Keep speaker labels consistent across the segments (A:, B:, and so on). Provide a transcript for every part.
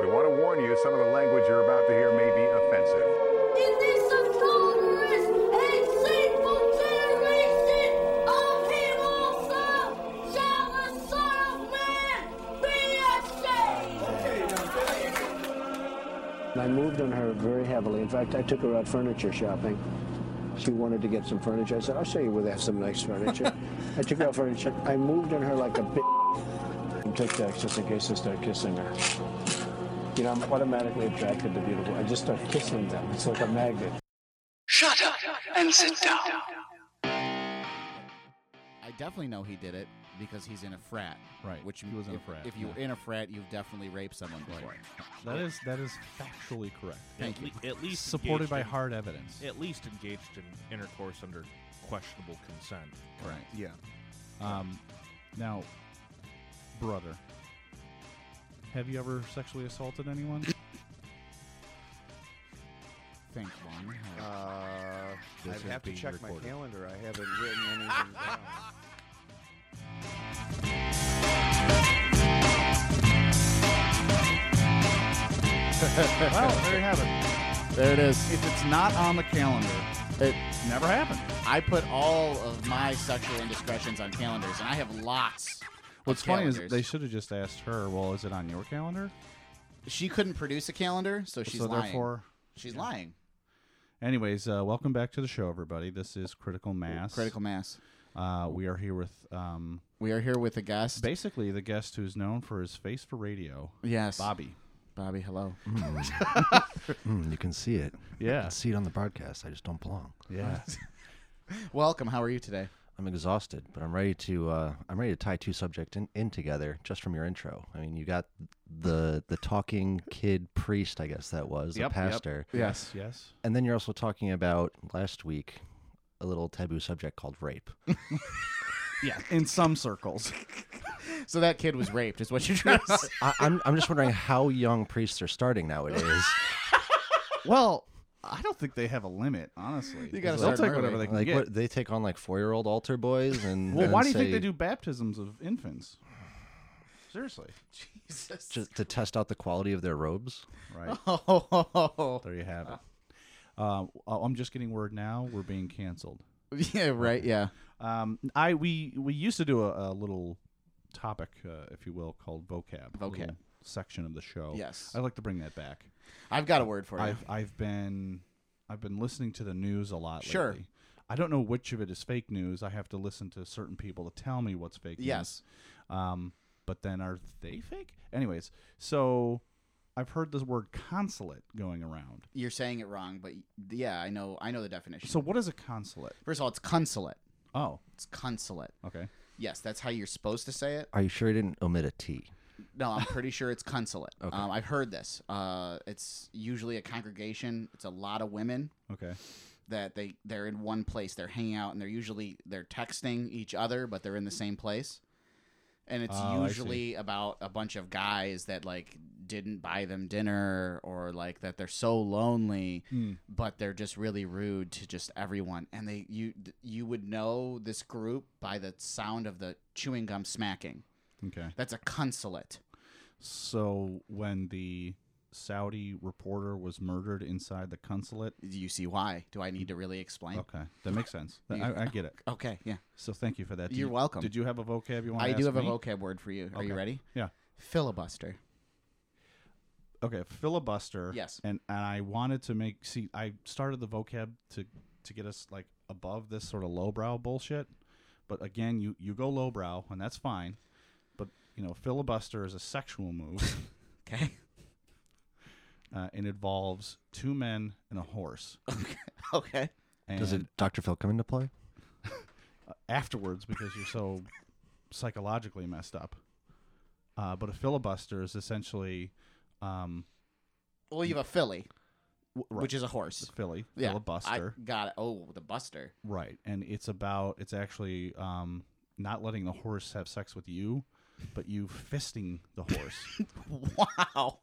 A: We want to warn you, some of the language you're about to hear may be offensive.
B: In this notorious and sinful generation, all people serve, shall the Son of Man be ashamed.
C: I moved on her very heavily. In fact, I took her out furniture shopping. She wanted to get some furniture. I said, I'll show you where they have some nice furniture. I took her out furniture. I moved on her like a bitch. And took that just in case I start kissing her. You know, I'm automatically attracted to beautiful. I just start kissing them. It's like a magnet.
D: Shut up and sit down.
E: I definitely know he did it because he's in a frat.
F: Right.
E: Which
F: He was in a
E: if-
F: frat,
E: If you were
F: yeah.
E: in a frat, you've definitely raped someone before.
F: That is that is factually correct.
E: Thank
G: at,
E: you.
G: le- at least
F: Supported
G: engaged
F: by
G: in-
F: hard evidence.
G: At least engaged in intercourse under questionable consent.
E: Correct.
F: Yeah. Um, now, brother, have you ever sexually assaulted anyone?
E: Thank one.
H: Uh,
F: This
H: I'd
F: is
H: have to
F: being
H: check
F: recorded.
H: my calendar. I haven't written anything down.
F: well, there you have it.
E: There it is. If it's not on the calendar, it
F: Never happened.
E: I put all of my sexual indiscretions on calendars, and I have lots.
F: What's
E: of
F: funny is
E: calendars.
F: they should have just asked her. Well, is it on your calendar?
E: she couldn't produce a calendar, so she's
F: so
E: lying.
F: therefore,
E: she's lying.
F: anyways, uh, welcome back to the show, everybody. This is Critical Mass.
E: Critical mass.
F: Uh, we are here with um,
E: We are here with a guest.
F: basically the guest who's known for his face for radio,
E: yes,
F: Bobby.
E: Bobby, hello.
F: Mm-hmm.
I: Mm, you can see it. I
F: Yeah.
I: can see it on the broadcast. I just don't belong.
F: Yeah.
E: Welcome. How are you today?
I: I'm exhausted, but I'm ready to. Uh, I'm ready to tie two subjects in, in together just from your intro. I mean, you got the the talking kid priest, I guess that was
F: Yep, yep.
I: a pastor,
E: Yes.
F: yes.
I: and then you're also talking about last week a little taboo subject called rape.
F: Yeah. In some circles.
E: So that kid was raped, is what you're trying to say.
I: I, I'm I'm just wondering how young priests are starting nowadays.
F: Well, I don't think they have a limit, honestly.
E: You gotta
F: They'll
E: start
F: take
E: early.
F: whatever they can
I: like
F: get.
I: what they take on like four year old altar boys and
F: well,
I: and
F: why do you think they
I: say-
F: do baptisms of infants? Seriously,
E: Jesus.
I: just to test out the quality of their robes?
F: right
E: Oh.
F: there you have it. Uh, oh, I'm just getting word now we're being canceled.
E: Yeah. Right. Yeah.
F: Um, I we we used to do a, a little topic, uh, if you will, called vocab. a
E: Vocab.
F: little section of the show.
E: Yes.
F: I'd like to bring that back.
E: I've got a word for you.
F: I've I've been I've been listening to the news a lot
E: Sure.
F: lately. I don't know which of it is fake news. I have to listen to certain people to tell me what's fake
E: Yes.
F: news. Um but then are they fake? Anyways, so I've heard this word consulate going around.
E: You're saying it wrong, but yeah, I know. I know the definition.
F: So what is a consulate?
E: First of all, it's consulate.
F: Oh,
E: It's consulate.
F: okay.
E: Yes, that's how you're supposed to say it.
I: Are you sure you didn't omit a T?
E: No, I'm pretty sure it's consulate. um, I've heard this. Uh, it's usually a congregation. It's a lot of women
F: Okay.
E: that they they're in one place. They're hanging out and they're usually they're texting each other, but they're in the same place. And it's
F: Oh, I see.
E: usually about a bunch of guys that like didn't buy them dinner or like that they're so lonely,
F: Hmm.
E: but they're just really rude to just everyone. And they you you would know this group by the sound of the chewing gum smacking.
F: Okay.
E: That's a consulate.
F: So when the Saudi reporter was murdered inside the consulate.
E: Do you see why? Do I need to really explain?
F: Okay, that makes sense. I, I get it.
E: Okay, yeah.
F: So thank you for that. Did
E: You're
F: you-
E: welcome.
F: Did you have a vocab you want?
E: I
F: to
E: do
F: ask
E: have a
F: me?
E: vocab word for you. Are you
F: Okay.
E: ready?
F: Yeah.
E: Filibuster.
F: Okay, filibuster.
E: Yes.
F: And and I wanted to make see I started the vocab to to get us like above this sort of lowbrow bullshit. But again, you you go lowbrow and that's fine. But you know, filibuster is a sexual move.
E: Okay.
F: uh, it involves two men and a horse.
E: okay.
F: And
I: Does it Dr. Phil come into play?
F: afterwards because you're so psychologically messed up. Uh, but a filibuster is essentially um,
E: Well, you have a filly,
F: w- right,
E: which is a horse.
F: Philly
E: Yeah.
F: filibuster.
E: I got it. Oh, the buster.
F: Right. And it's about it's actually um not letting the horse have sex with you, but you fisting the horse.
E: Wow.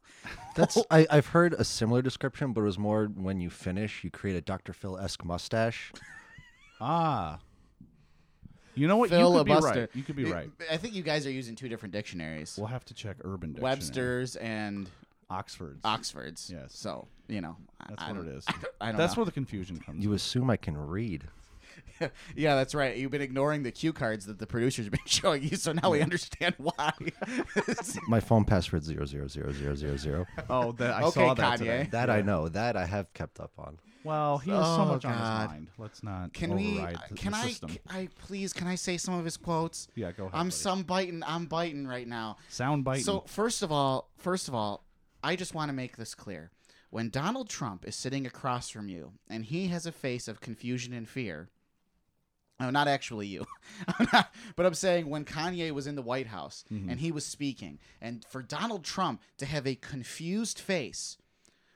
I: That's I, I've heard a similar description, but it was more when you finish, you create a Dr. Phil esque mustache.
F: ah. You know what? you could
E: Filibuster.
F: be right. You could be
E: It-
F: right.
E: I think you guys are using two different dictionaries.
F: We'll have to check Urban Dictionary.
E: Webster's and
F: Oxfords.
E: Oxfords.
F: Yes.
E: So you know, I-
F: That's
E: I
F: what
E: don't-
F: it is.
E: I don't, I don't
F: That's
E: know.
F: where the confusion comes.
I: You assume I can read.
E: yeah, that's right. You've been ignoring the cue cards that the producers have been showing you, so now we understand why.
I: My phone password zero zero zero zero zero zero.
F: oh, that, I
E: okay,
F: saw that
E: Kanye.
F: today.
I: That I know. That I have kept up on.
F: Well, he has so
E: Oh,
F: much on
E: God.
F: his mind. Let's not
E: Can we?
F: override the,
E: Can
F: the
E: I?
F: system.
E: c- I please. Can I say some of his quotes?
F: Yeah, go ahead,
E: I'm
F: buddy.
E: some biting. I'm biting right now.
F: Sound biting.
E: So first of all, first of all, I just want to make this clear. When Donald Trump is sitting across from you and he has a face of confusion and fear, no, not actually you, I'm not- but I'm saying when Kanye was in the White House and he was speaking, and for Donald Trump to have a confused face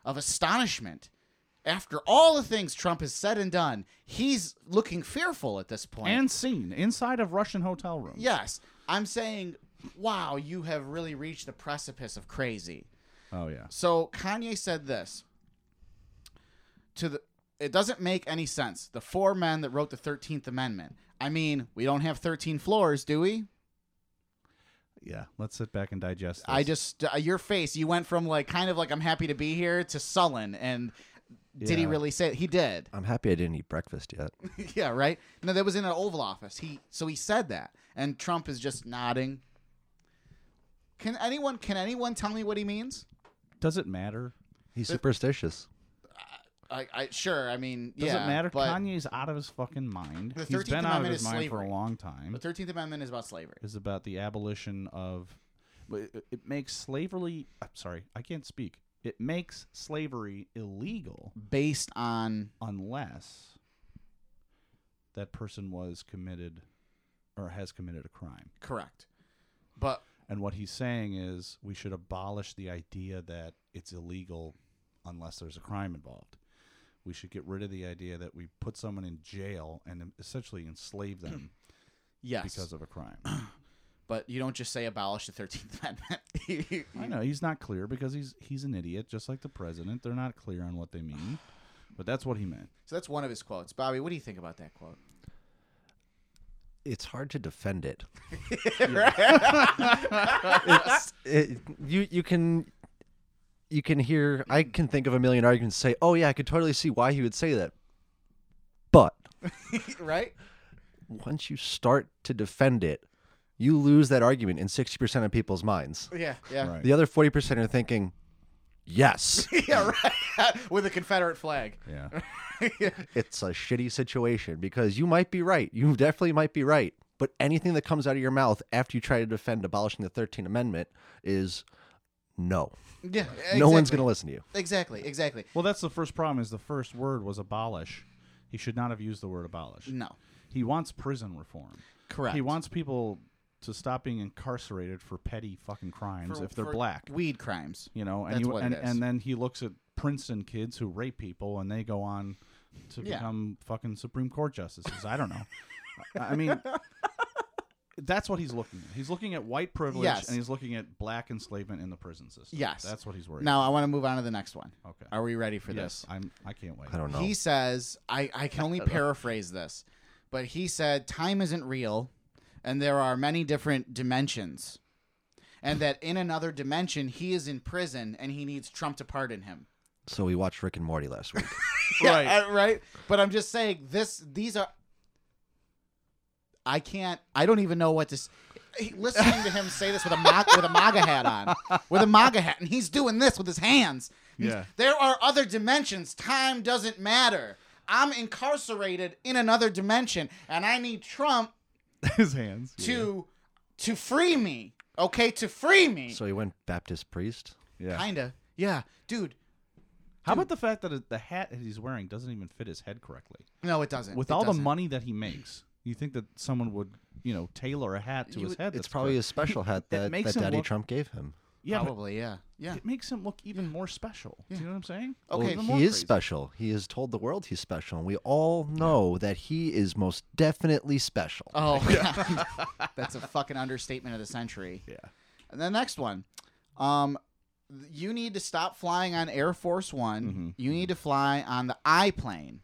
E: of astonishment after all the things Trump has said and done, he's looking fearful at this point.
F: and seen inside of Russian hotel rooms.
E: Yes, I'm saying, wow, you have really reached the precipice of crazy.
F: Oh yeah.
E: So Kanye said this to the it doesn't make any sense. The four men that wrote the 13th Amendment. I mean, we don't have 13 floors, do we?
F: Yeah. Let's sit back and digest. This.
E: I just uh, your face, you went from like kind of like I'm happy to be here to sullen and did he
F: Yeah.
E: really say it? He did.
I: I'm happy I didn't eat breakfast yet.
E: yeah, right? No, that was in an Oval Office. He so he said that and Trump is just nodding. Can anyone can anyone tell me what he means?
F: does it matter?
I: He's superstitious.
E: I, I sure. I mean,
F: Does
E: yeah,
F: it matter?
E: But
F: Kanye's out of his fucking mind.
E: The
F: He's
E: 13th
F: been out of
E: Amendment
F: his
E: is
F: mind for a
E: slavery.
F: long time.
E: the Thirteenth Amendment is about slavery.
F: Is about the abolition of. but It, it makes slavery. I'm sorry, I can't speak. It makes slavery illegal
E: Based on
F: unless that person was committed or has committed a crime.
E: correct, but
F: And what he's saying is we should abolish the idea that it's illegal unless there's a crime involved. We should get rid of the idea that we put someone in jail and essentially enslave them
E: yes,
F: because of a crime.
E: but you don't just say abolish the Thirteenth Amendment.
F: I know he's not clear because he's he's an idiot, just like the president. They're not clear on what they mean, but that's what he meant.
E: so that's one of his quotes. Bobby, what do you think about that quote?
I: It's hard to defend it. it's, it you you can you can hear I can think of a million arguments say, "Oh yeah, I could totally see why he would say that." But
E: right?
I: once you start to defend it, you lose that argument in 60% of people's minds.
E: Yeah, yeah,
F: Right.
I: The other 40% are thinking, yes,
E: yeah, right. With a Confederate flag.
F: Yeah,
I: it's a shitty situation because you might be right. You definitely might be right. But anything that comes out of your mouth after you try to defend abolishing the 13th Amendment is no.
E: Yeah,
I: No one's going to listen to you.
E: to. Exactly, exactly.
F: Well, that's the first problem. Is the first word was abolish. He should not have used the word abolish.
E: No.
F: He wants prison reform.
E: Correct.
F: He wants people to stop being incarcerated for petty fucking crimes
E: For-
F: if they're
E: for
F: black.
E: weed crimes.
F: you know, and
E: That's
F: you,
E: what it
F: and,
E: is.
F: and then he looks at Princeton kids who rape people and they go on to
E: Yeah.
F: become fucking Supreme Court justices. I don't know. I I mean, that's what he's looking at. He's looking at white privilege
E: Yes.
F: and he's looking at black enslavement in the prison system.
E: Yes.
F: that's what he's worried.
E: Now I want to move on to the next one.
F: Okay.
E: Are we ready for
F: about.
E: this?
F: yes, I'm. I can't wait.
I: I don't know.
E: He says, I, I can only paraphrase this, but he said, time isn't real and there are many different dimensions. And that in another dimension, he is in prison and he needs Trump to pardon him.
I: so we watched Rick and Morty last week.
F: Right.
E: Yeah, uh, right. But I'm just saying, this, these are. I can't. I don't even know what to. s- he- Listening to him say this with a ma- with a MAGA hat on, with a MAGA hat, and he's doing this with his hands. He's-
F: Yeah.
E: There are other dimensions. Time doesn't matter. I'm incarcerated in another dimension, and I need Trump
F: His hands.
E: to to free me. Okay, to free me.
I: so he went Baptist priest.
F: Yeah. Yeah.
E: Kinda. Yeah, dude.
F: How about the fact that it- the hat that he's wearing doesn't even fit his head correctly?
E: No, it doesn't.
F: With
E: It
F: all the
E: doesn't.
F: money that he makes, you think that someone would, you know, tailor a hat to
E: You
F: his
E: would-
F: head?
I: It's
F: that's
I: probably
F: correct?
I: a special hat
F: it
I: that,
F: makes
I: that
F: him
I: Daddy
F: look-
I: Trump gave him.
F: Yeah, but-
E: probably. Yeah, yeah.
F: it makes him look even more special. Do you know what I'm saying?
E: Okay,
I: Well,
E: even
I: Oh, he
E: more
I: is
E: crazy.
I: special. He has told the world he's special, and we all know that he is most definitely special.
E: Oh, God. that's a fucking understatement of the century.
F: Yeah.
E: And the next one, um, th- you need to stop flying on Air Force One.
I: Mm-hmm.
E: You need to fly on the I plane.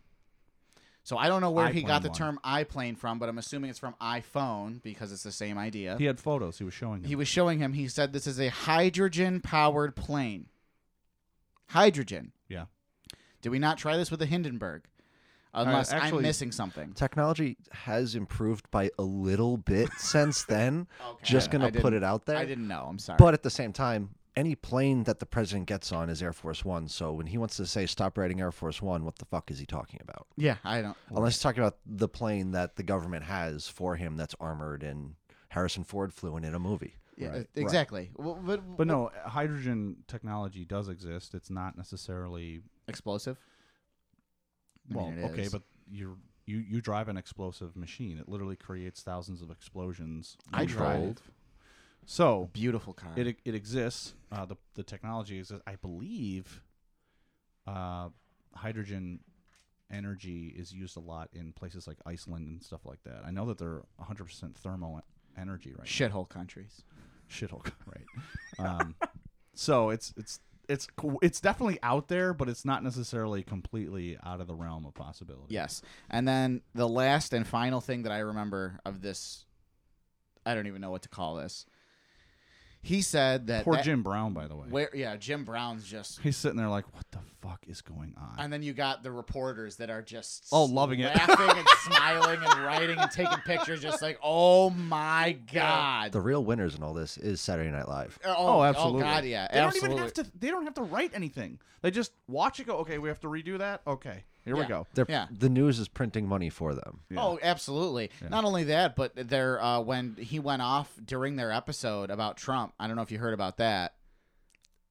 E: So I don't know where he got the
F: iPlane one.
E: term I plane from, but I'm assuming it's from iPhone because it's the same idea.
F: He had photos. He was showing him.
E: he was showing him. He said this is a hydrogen powered plane. hydrogen.
F: Yeah.
E: Did we not try this with the Hindenburg? Unless I'm
F: actually-
E: missing something.
I: Technology has improved by a little bit since then.
E: Okay.
I: Just
E: I
I: gonna put
E: didn't-
I: it out there.
E: I didn't know. I'm sorry.
I: But at the same time, any plane that the president gets on is Air Force One. So when he wants to say stop riding Air Force One, what the fuck is he talking about?
E: yeah, I don't.
I: Unless he's talking about the plane that the government has for him that's armored and Harrison Ford flew in in a movie.
E: Yeah,
F: Right,
E: uh,
F: right.
E: exactly. Well, but,
F: But no, hydrogen technology does exist. It's not necessarily
E: explosive. I
F: well,
E: mean, it
F: okay,
E: is.
F: but you're. You, you drive an explosive machine. It literally creates thousands of explosions.
E: I drive.
F: So
E: beautiful car.
F: it e, it exists. Uh, the the technology exists. I believe uh, hydrogen energy is used a lot in places like Iceland and stuff like that. I know that they're 100 percent thermal e- energy right
E: Shithole countries.
F: now.
E: oh,
F: Shithole, right? Um, so it's it's it's co- it's definitely out there, but it's not necessarily completely out of the realm of possibility.
E: Yes. And then the last and final thing that I remember of this, I don't even know what to call this. He said that
F: Poor
E: that-
F: Jim Brown, by the way.
E: Where yeah, Jim Brown's just.
F: He's sitting there like, what the fuck is going on?
E: And then you got the reporters that are just
F: Oh, loving it.
E: laughing and smiling and writing and taking pictures, just like, oh my god,
I: The real winners in all this is Saturday Night Live.
F: Oh, absolutely.
E: Oh god, yeah,
F: They
E: absolutely.
F: don't even have to. They don't have to write anything. They just watch it. Go. Okay, we have to redo that. Okay, here we
E: Yeah.
F: go.
I: They're,
E: Yeah.
I: The news is printing money for them.
E: Oh, absolutely. Not only that, but their uh, when he went off during their episode about Trump. I don't know if you heard about that.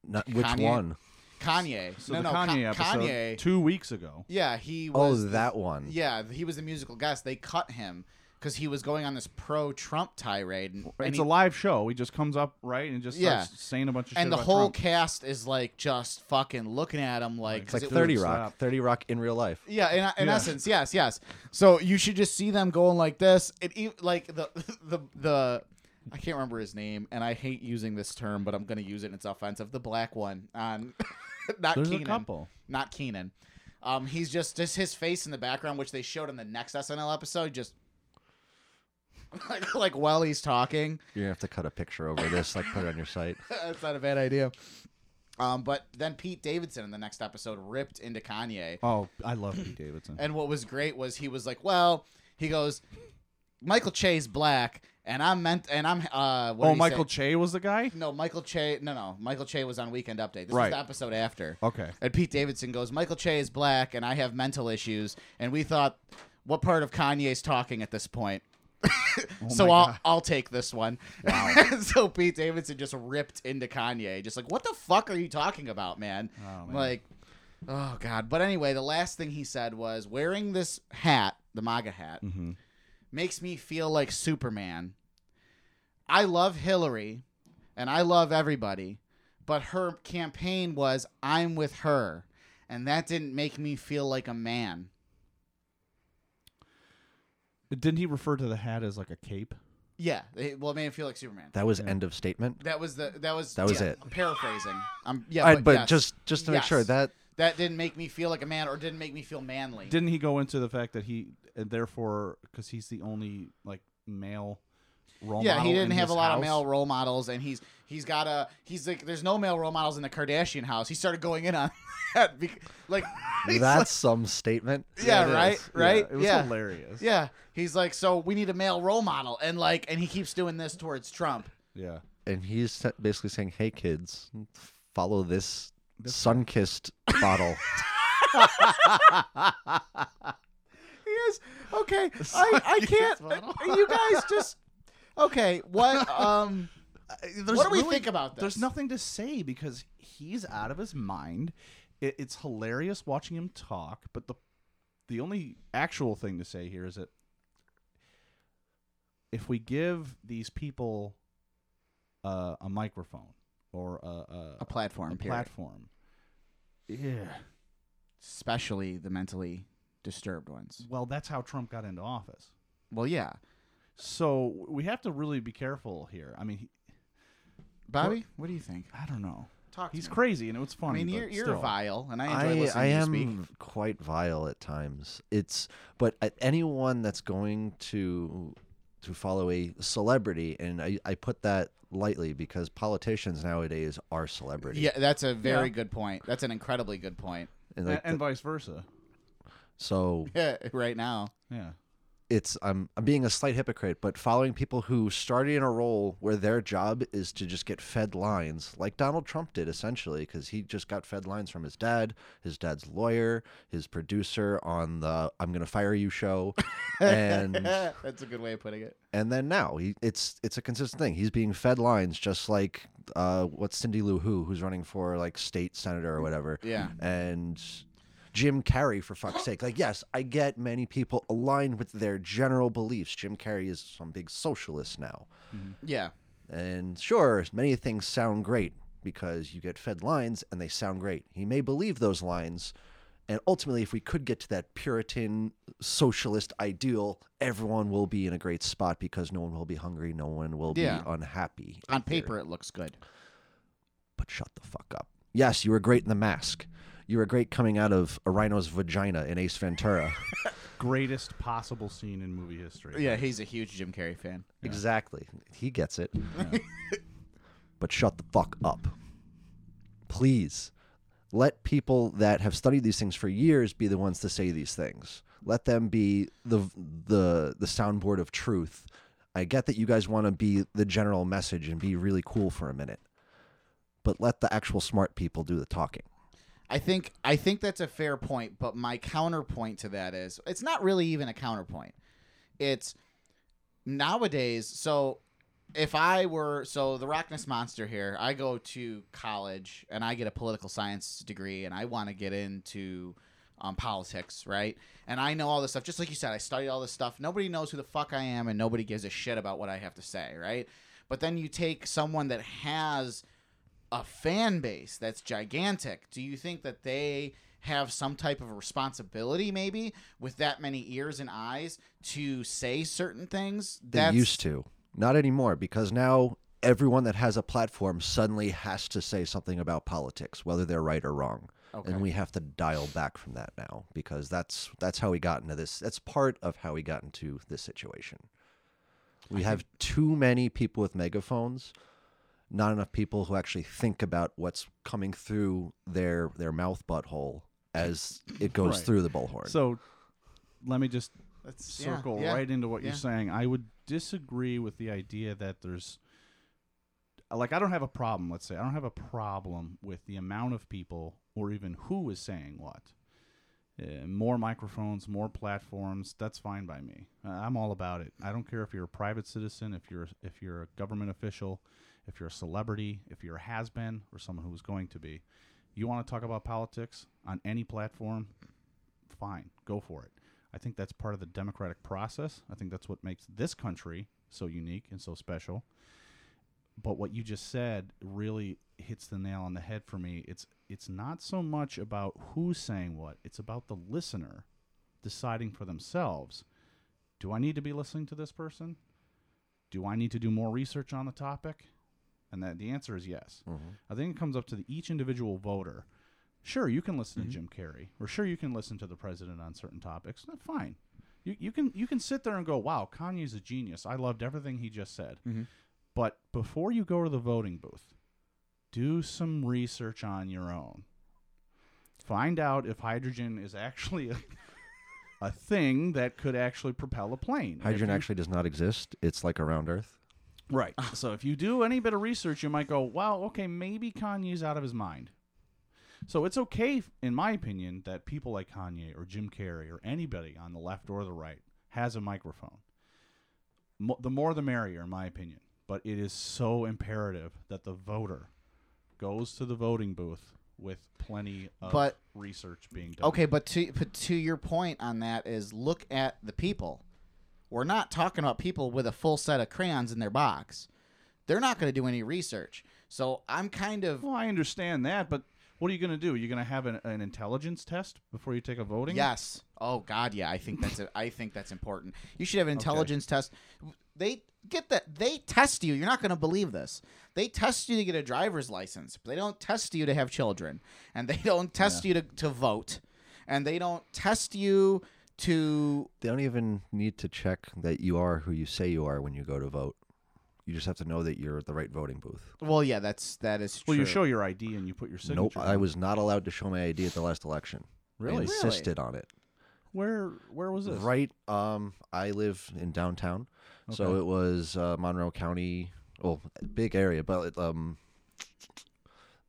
I: Not, which
E: Kanye?
I: one?
E: Kanye.
F: So
E: no,
F: the
E: no, Ka-
F: Kanye episode
E: Kanye.
F: two weeks ago.
E: yeah, he
I: Oh,
E: was.
I: that one.
E: Yeah, he was the musical guest. They cut him because he was going on this pro-Trump tirade. And, and
F: it's
E: he-
F: a live show. He just comes up right and just
E: Yeah.
F: starts saying a bunch of shit.
E: and the
F: about
E: whole
F: Trump.
E: cast is like just fucking looking at him like,
I: It's
E: 'cause
I: like
E: it was-
I: 30 Rock.
F: stop.
I: 30 Rock in real life.
E: Yeah, in, in
F: Yeah.
E: essence, yes, yes. So you should just see them going like this. It e- like the the the I can't remember his name, and I hate using this term, but I'm going to use it. and It's offensive. The black one on not
F: There's a
E: Keenan,
F: couple.
E: not Keenan. Um, he's just just his face in the background, which they showed in the next SNL episode. Just like, like while he's talking,
I: You're going to have to cut a picture over this, like put it on your site.
E: that's not a bad idea. Um, but then Pete Davidson in the next episode ripped into Kanye,
F: Oh, I love Pete Davidson.
E: And what was great was he was like, "Well, he goes, Michael Che's black, and I'm meant, and I'm uh, what did
F: oh,
E: he
F: Michael
E: say?
F: Che was the guy.
E: no, Michael Che, no, no, Michael Che was on Weekend Update. This
F: Right.
E: is the episode after.
F: Okay.
E: And Pete Davidson goes, Michael Che is black, and I have mental issues, and we thought, what part of Kanye's talking at this point? so
F: Oh my
E: I'll
F: God.
E: I'll take this one. so Pete Davidson just ripped into Kanye, just like, what the fuck are you talking about, man?
F: Oh, man.
E: Like, oh god. But anyway, the last thing he said was wearing this hat, the MAGA hat,
F: Mhm.
E: makes me feel like Superman. I love Hillary, and I love everybody, but her campaign was I'm with her, and that didn't make me feel like a man.
F: Didn't he refer to the hat as like a cape?
E: Yeah, it, well, it made me feel like Superman.
I: That was end of statement.
E: That was the that was
I: That was
E: yeah,
I: it.
E: I'm paraphrasing. I'm yeah,
I: All
E: but,
I: right, but
E: yes.
I: just just to make sure
E: Yes.
I: that
E: that didn't make me feel like a man or didn't make me feel manly.
F: Didn't he go into the fact that he, and therefore, because he's the only like male role
E: yeah, he
F: model
E: didn't
F: in
E: have a
F: his
E: lot of
F: house?
E: male role models, and he's he's got a he's like there's no male role models in the Kardashian house. He started going in on that, bec- like he's
I: that's some statement.
E: like- yeah,
F: It
E: right,
F: is. Yeah,
E: right,
F: it was
E: yeah.
F: hilarious.
E: Yeah, he's like, so we need a male role model, and like, and he keeps doing this towards Trump.
F: yeah.
I: And he's sa- basically saying, "Hey kids, follow this sun-kissed bottle."
E: He is okay. I, I can't. You guys just okay. What um.
F: There's
E: What do we think about
F: There's
E: this?
F: nothing to say because he's out of his mind. It, it's hilarious watching him talk, but the the only actual thing to say here is that if we give these people uh, a microphone or a, a,
E: a platform,
F: a
E: period.
F: platform, yeah,
E: especially the mentally disturbed ones.
F: well, that's how Trump got into office.
E: Well, yeah,
F: So we have to really be careful here. I mean, he,
E: Bobby, what, do you think?
F: I don't know.
E: Talk. to
F: He's
E: me.
F: crazy, and it was
E: I
F: funny.
E: mean,
F: but
E: you're you're
F: still.
E: vile, and I enjoy
I: I
E: listening
I: I
E: to you
I: am
E: speak.
I: quite vile at times. It's but uh, anyone that's going to to follow a celebrity, and I I put that lightly because politicians nowadays are celebrities.
E: Yeah, that's a very good point. That's an incredibly good point.
I: And
F: and,
I: like
F: and
I: the-
F: vice versa.
I: so
E: right now.
F: Yeah.
I: it's I'm, I'm being a slight hypocrite, but following people who started in a role where their job is to just get fed lines, like Donald Trump did essentially, because he just got fed lines from his dad, his dad's lawyer, his producer on the "I'm gonna fire you" show, and
E: that's a good way of putting it.
I: and then now he, it's it's a consistent thing. He's being fed lines just like uh, what's Cindy Lou Who, who's running for like state senator or whatever.
E: Yeah.
I: and Jim Carrey for fuck's sake. Like, yes, I get many people aligned with their general beliefs. Jim Carrey is some big socialist now,
E: Yeah.
I: and sure, many things sound great because you get fed lines and they sound great. He may believe those lines. And ultimately, if we could get to that Puritan socialist ideal, everyone will be in a great spot because no one will be hungry, no one will
E: Yeah.
I: be unhappy.
E: On
I: either.
E: paper, it looks good.
I: But shut the fuck up. Yes, you were great in the mask. You were great coming out of a rhino's vagina in Ace Ventura.
F: Greatest possible scene in movie history.
E: Yeah, he's a huge Jim Carrey fan.
I: Exactly. He gets it. but shut the fuck up. Please. Let people that have studied these things for years be the ones to say these things. Let them be the the the soundboard of truth. I get that you guys want to be the general message and be really cool for a minute. But let the actual smart people do the talking.
E: I think I think that's a fair point, but my counterpoint to that is it's not really even a counterpoint. It's nowadays, so if I were so the Rockness Monster here, I go to college and I get a political science degree and I want to get into um, politics, right? And I know all this stuff. Just like you said, I studied all this stuff. Nobody knows who the fuck I am and nobody gives a shit about what I have to say, right? But then you take someone that has a fan base that's gigantic. Do you think that they have some type of responsibility, maybe, with that many ears and eyes to say certain things?
I: They used to. Not anymore because now everyone that has a platform suddenly has to say something about politics, whether they're right or wrong.
E: Okay.
I: And we have to dial back from that now because that's that's how we got into this. That's part of how we got into this situation. We have too many people with megaphones, not enough people who actually think about what's coming through their their mouth butthole as it goes
F: Right.
I: through the bullhorn.
F: So let me just
E: That's,
F: circle
E: yeah, yeah.
F: right into what
E: yeah.
F: you're saying. I would disagree with the idea that there's like I don't have a problem, let's say. I don't have a problem with the amount of people or even who is saying what. Uh, more microphones, more platforms, that's fine by me. Uh, I'm all about it. I don't care if you're a private citizen, if you're if you're a government official, if you're a celebrity, if you're a has been or someone who's going to be. You want to talk about politics on any platform, fine, go for it. I think that's part of the democratic process. I think that's what makes this country so unique and so special. But what you just said really hits the nail on the head for me. It's it's not so much about who's saying what, it's about the listener deciding for themselves. Do I need to be listening to this person? Do I need to do more research on the topic? And that the answer is yes.
I: Mm-hmm.
F: I think it comes up to the, each individual voter sure you can listen
I: Mm-hmm.
F: to Jim Carrey, or sure you can listen to the president on certain topics. That's fine. You, you can you can sit there and go, wow, Kanye's a genius. I loved everything he just said.
I: Mm-hmm.
F: But before you go to the voting booth, do some research on your own. Find out if hydrogen is actually a, a thing that could actually propel a plane. If
I: Hydrogen
F: you-
I: actually does not exist. It's like a round earth.
F: Right.
E: Ah.
F: so if you do any bit of research, you might go, wow, okay, maybe Kanye's out of his mind. So it's okay, in my opinion, that people like Kanye or Jim Carrey or anybody on the left or the right has a microphone. Mo- the more the merrier, in my opinion. But it is so imperative that the voter goes to the voting booth with plenty of
E: But-
F: research being done.
E: Okay, but to but to your point on that is look at the people. We're not talking about people with a full set of crayons in their box. They're not going to do any research. So I'm kind of
F: Well, I understand that, but what are you going to do? You're going to have an, an intelligence test before you take a voting?
E: Yes. Oh God, yeah. I think that's a, I think that's important. You should have an intelligence test. They get that they test you. You're not going to believe this. They test you to get a driver's license, but they don't test you to have children, and they don't test you to, to vote, and they don't test you to
I: They don't even need to check that you are who you say you are when you go to vote. You just have to know that you're at the right voting booth.
E: Well, yeah, that's that is
F: Well,
E: true.
F: you show your ID and you put your signature.
I: Nope, I was not allowed to show my ID at the last election. I
F: Really?
I: insisted on it.
F: Where where was this?
I: Right. Um, I live in downtown, so
F: Okay.
I: it was uh, Monroe County. Well, big area, but it, um,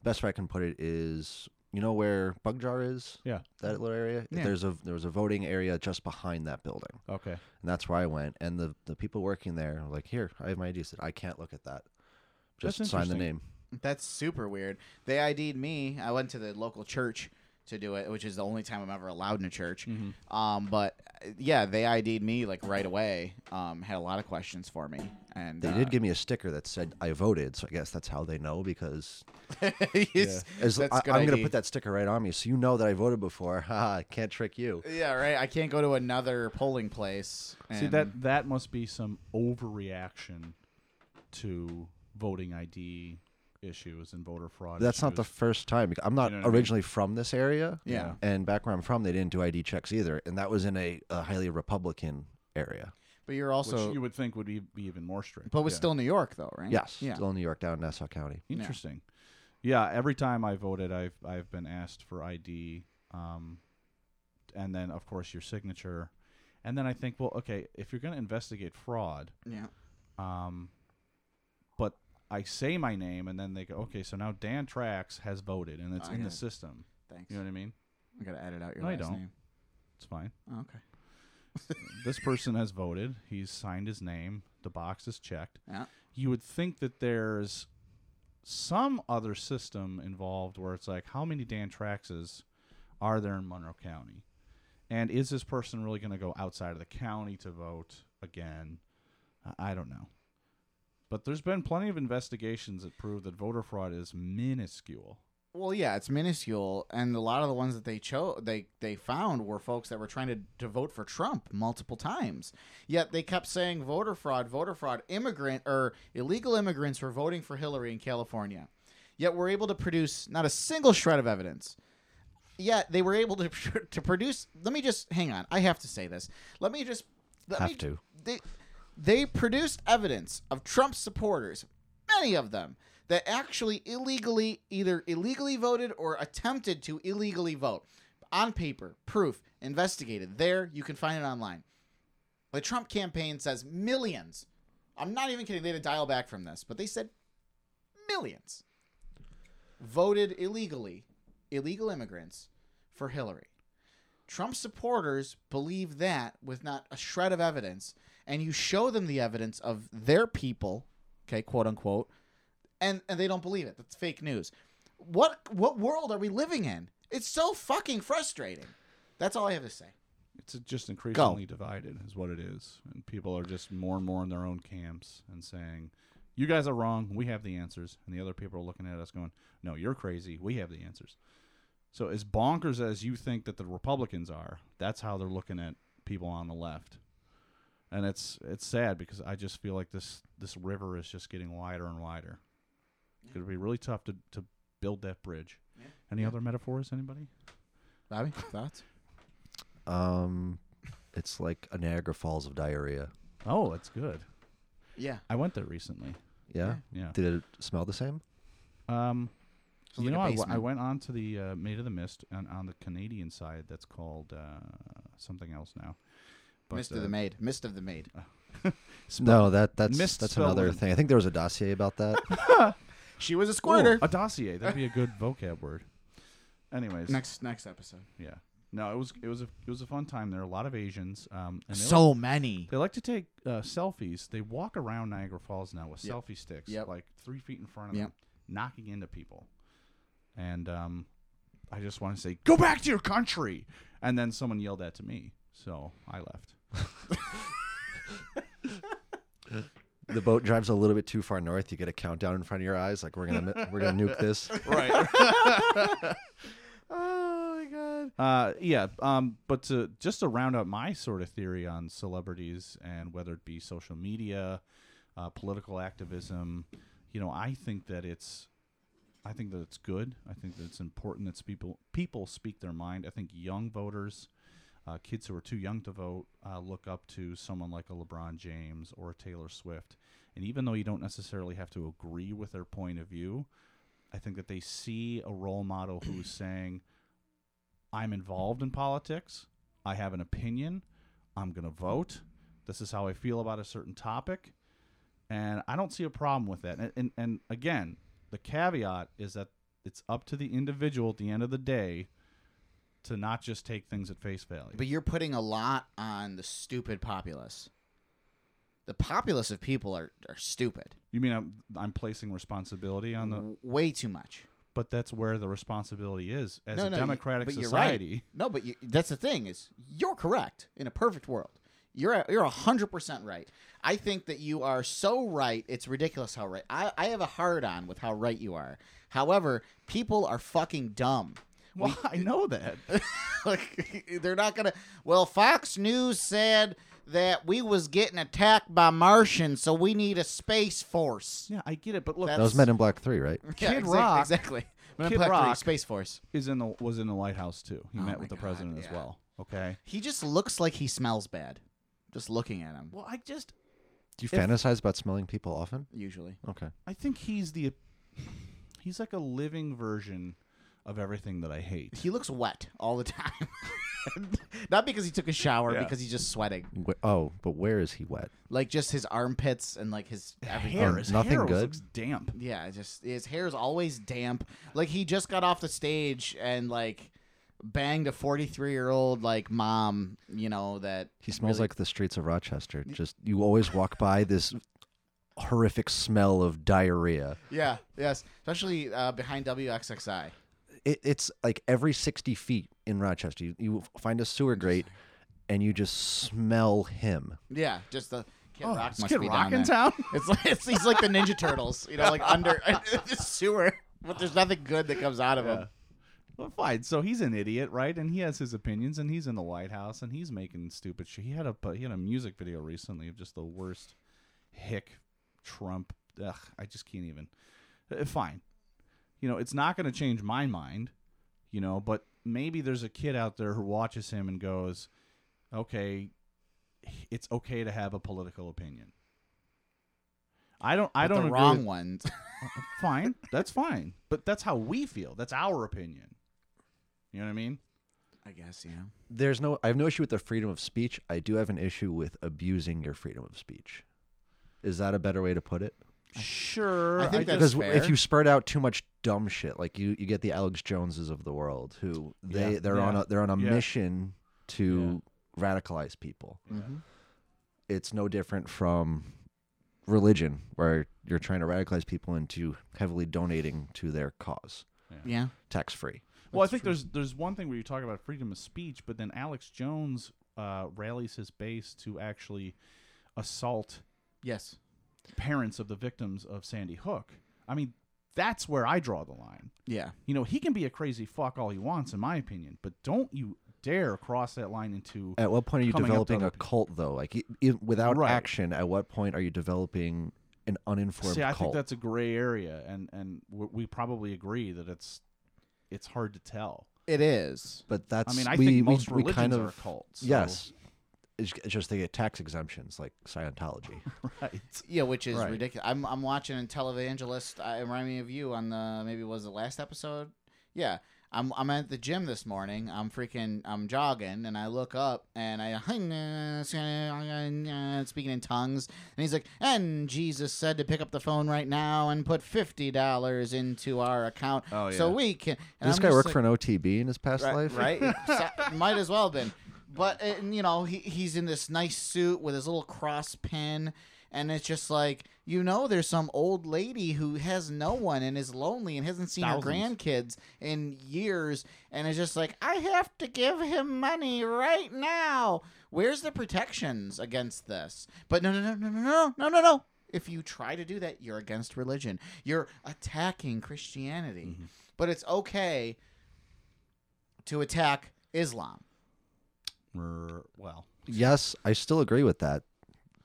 I: best way I can put it is you know where Bug Jar is.
F: Yeah.
I: That little area.
F: Yeah.
I: There's a there was a voting area just behind that building,
F: Okay.
I: and that's where I went. And the the people working there were like, "Here, I have my ID." I said, "I can't look at that.
F: That's
I: Just sign the
F: interesting.
I: name."
E: That's super weird. They ID'd me. I went to the local church to do it, which is the only time I'm ever allowed in a church.
I: Mm-hmm.
E: Um, but uh, yeah, they ID'd me like right away. Um, had a lot of questions for me, and uh,
I: They did give me a sticker that said I voted, so I guess that's how they know because
E: Give,
I: as, I, I'm going to put that sticker right on me, so you know that I voted before. Haha, I can't trick you.
E: Yeah, right. I can't go to another polling place.
F: See
E: and-
F: that that must be some overreaction to voting ID issues and voter fraud.
I: That's not the
F: issues.
I: first time. because I'm not
F: You know what I mean?
I: originally from this area.
E: Yeah.
I: And back where I'm from, they didn't do ID checks either, and that was in a, a highly Republican area.
E: But you're also,
F: which you would think would e- be even more strict.
E: but was
F: Yeah.
E: still New York though,
F: Mm,
E: right?
I: Yes.
E: Yeah.
I: Still in New York, down in Nassau County.
F: Interesting. Yeah. every time I voted, I've I've been asked for ID, um, and then of course your signature, and then I think, well, okay, if you're going to investigate fraud,
E: yeah.
F: um, but I say my name, and then they go, okay, so now Dan Trax has voted, and it's
E: I
F: in the
E: got it.
F: system.
E: Thanks.
F: You know what I mean?
E: I gotta edit out your
F: No, I
E: last
F: don't.
E: name.
F: It's fine.
E: Oh, okay.
F: this person has voted. He's signed his name. The box is checked.
E: Yeah.
F: You would think that there's some other system involved where it's like, how many Dan Traxes are there in Monroe County? And is this person really going to go outside of the county to vote again? I- I don't know. But there's been plenty of investigations that prove that voter fraud is minuscule.
E: Well, yeah, it's minuscule, and a lot of the ones that they chose, they they found were folks that were trying to, to vote for Trump multiple times. Yet they kept saying voter fraud, voter fraud. Immigrant or illegal immigrants were voting for Hillary in California. Yet we're able to produce not a single shred of evidence. Yet they were able to to produce. Let me just hang on. I have to say this. Let me just let
I: Have
E: me-
I: to.
E: They, they produced evidence of Trump supporters, many of them, that actually illegally either illegally voted or attempted to illegally vote. On paper, proof, investigated. There, you can find it online. The Trump campaign says millions. I'm not even kidding. They had to dial back from this, but they said millions voted illegally, illegal immigrants, for Hillary. Trump supporters believe that with not a shred of evidence, and you show them the evidence of their people, okay, quote unquote, and and they don't believe it. That's fake news. What what world are we living in? It's so fucking frustrating. That's all I have to say.
F: It's just increasingly divided, is what it is, and people are just more and more in their own camps and saying, "You guys are wrong. We have the answers," and the other people are looking at us going, "No, you're crazy. We have the answers." So, as bonkers as you think that the Republicans are, that's how they're looking at people on the left, and it's it's sad because I just feel like this this river is just getting wider and wider. It's going to be really tough to to build that bridge. Any other metaphors, anybody?
E: Bobby, thoughts?
I: Um, it's like a Niagara Falls of diarrhea.
F: Oh, that's good.
E: Yeah.
F: I went there recently.
I: Yeah?
F: Yeah.
I: Did it smell the same?
F: Um,
E: Sounds
F: you
E: like
F: know,
E: a
F: I w- I
E: basement.
F: went on to the uh, Maid of the Mist and on the Canadian side. That's called uh, something else now. But,
E: Mist of
F: uh,
E: the Maid. Mist of the Maid.
I: no, that that's
F: mist
I: that's
F: spelled
I: another
F: with a-
I: thing. I think there was a dossier about that.
E: She was a
F: Ooh,
E: squirter.
F: a dossier. That'd be a good vocab word. Anyways,
E: next next episode.
F: yeah. No, it was it was a it was a fun time. There are a lot of Asians. Um, and they like,
E: So many.
F: they like to take uh, selfies. They walk around Niagara Falls now with
E: Yep.
F: selfie sticks,
E: Yep.
F: like three feet in front of
E: Yep.
F: them, knocking into people. And um, I just want to say, go back to your country. And then someone yelled that to me, so I left.
I: the boat drives a little bit too far north. You get a countdown in front of your eyes, like we're gonna mi- we're gonna nuke this.
F: right. oh my god. Uh, yeah. Um, but to just to round up my sort of theory on celebrities and whether it be social media, uh, political activism, you know, I think that it's, I think that it's good. I think that it's important that people people speak their mind. I think young voters. uh, kids who are too young to vote uh, look up to someone like a LeBron James or a Taylor Swift. And even though you don't necessarily have to agree with their point of view, I think that they see a role model who's saying, I'm involved in politics, I have an opinion, I'm going to vote, this is how I feel about a certain topic. And I don't see a problem with that. And, and, and again, the caveat is that it's up to the individual at the end of the day to not just take things at face value.
E: But you're putting a lot on the stupid populace. The populace of people are, are stupid.
F: you mean I'm, I'm placing responsibility on the.
E: Way too much.
F: But that's where the responsibility is as
E: no,
F: a
E: no, you-
F: democratic
E: but you're right.
F: society.
E: No, but you, that's the thing is you're correct in a perfect world. You're you're hundred percent right. I think that you are so right. It's ridiculous how right. I, I have a hard on with how right you are. However, people are fucking dumb.
F: Well, I know that.
E: like they're not gonna. Well, Fox News said that we was getting attacked by Martians, so we need a space force.
F: yeah, I get it. But look,
I: That was Men in Black Three, right?
E: Yeah,
F: Kid
E: exac-
F: Rock-
E: exactly. Men in
F: Kid
E: Black Three,
F: Rock-
E: space force.
F: is in the was in the White House too. He
E: Oh
F: met
E: my
F: with the
E: God,
F: president as
E: yeah.
F: well. Okay.
E: He just looks like he smells bad. Just looking at him,
F: Well, I just
I: Do you fantasize about smelling people often?
E: usually.
I: Okay.
F: I think he's the he's like a living version of everything that I hate.
E: He looks wet all the time. Not because he took a shower,
F: Yeah.
E: because he's just sweating.
I: Wh- oh, but where is he wet?
E: Like just his armpits and like his everything.
F: hair,
I: Um,
F: his
I: nothing
F: hair always
I: good?
F: looks damp.
E: Yeah, it's just his hair is always damp. Like he just got off the stage and like banged a 43 year old like mom. You know that
I: He smells
E: really-
I: like the streets of Rochester. Just you always walk by this horrific smell of diarrhea.
E: yeah, yes, especially uh, behind WXXI.
I: It, it's like every sixty feet in Rochester, you, you find a sewer grate, and you just smell him.
E: Yeah, just the Kid
F: Oh,
E: Rock
F: is
E: must
F: Kid
E: be
F: Rock
E: down
F: in
E: there.
F: town?
E: It's like it's, he's like the Ninja Turtles, you know, like under the sewer, but there's nothing good that comes out of him.
F: Well, fine. So he's an idiot, right? And he has his opinions, and he's in the White House, and he's making stupid shit. He had a he had a music video recently of just the worst hick Trump. Ugh, I just can't even. Uh, Fine, you know it's not going to change my mind, you know. But maybe there's a kid out there who watches him and goes, "Okay, it's okay to have a political opinion." I don't. I
E: But
F: don't
E: the
F: agree
E: wrong
F: with-
E: ones.
F: fine. That's fine. But that's how we feel. That's our opinion. You know what I mean?
E: I guess yeah.
I: There's no. I have no issue with the freedom of speech. I do have an issue with abusing your freedom of speech. Is that a better way to put it?
F: Sure.
E: I think
F: ju-
E: that's
I: Because w- if
E: fair.
I: you spread out too much dumb shit, like you, you get the Alex Joneses of the world, who they
F: Yeah,
I: they're on
F: yeah,
I: a they're on a
F: yeah.
I: mission to radicalize people.
F: Mm-hmm.
I: It's no different from religion, where you're trying to radicalize people into heavily donating to their cause,
E: Yeah.
I: tax free.
F: well, I think there's there's one thing where you talk about freedom of speech, but then Alex Jones uh, rallies his base to actually assault
E: Yes.
F: parents of the victims of Sandy Hook. I mean, that's where I draw the line.
E: Yeah.
F: You know, he can be a crazy fuck all he wants, in my opinion, but don't you dare cross that line into
I: At what point are you
F: coming up to
I: developing
F: other
I: a
F: people.
I: cult, though? Like i- i- without
F: Right.
I: action, at what point are you developing an uninformed
F: See, I
I: cult?
F: think that's a gray area, and and w- we probably agree that it's it's hard to tell.
E: It is.
I: but that's
F: I mean, I
I: we,
F: think
I: we-
F: most
I: we
F: religions
I: kind
F: are
I: of
F: cults. so-
I: Yes. It's ju- it's just they get tax exemptions like Scientology.
F: right.
E: Yeah, which is
F: Right.
E: ridiculous. I'm I'm watching a televangelist. I it reminded me of you on the maybe was the last episode. Yeah. I'm I'm at the gym this morning. I'm freaking I'm jogging and I look up and I speaking in tongues and he's like, "And Jesus said to pick up the phone right now and put $50 into our account
F: Oh,
E: so
F: yeah.
E: we can." And
I: Did this
E: I'm
I: guy
E: just
I: work
E: like-
I: for an OTB in his past
E: right,
I: life?
E: Right, So- might as well have been. But uh, and, you know, he he's in this nice suit with his little cross pin, and it's just like you know, there's some old lady who has no one and is lonely and hasn't seen her
F: Thousands.
E: grandkids in years, and it's just like I have to give him money right now. Where's the protections against this? But no, no, no, no, no, no, no, no, no. If you try to do that, you're against religion. You're attacking Christianity. But it's okay to attack Islam.
F: Mer- Well,
I: Yes, I still agree with that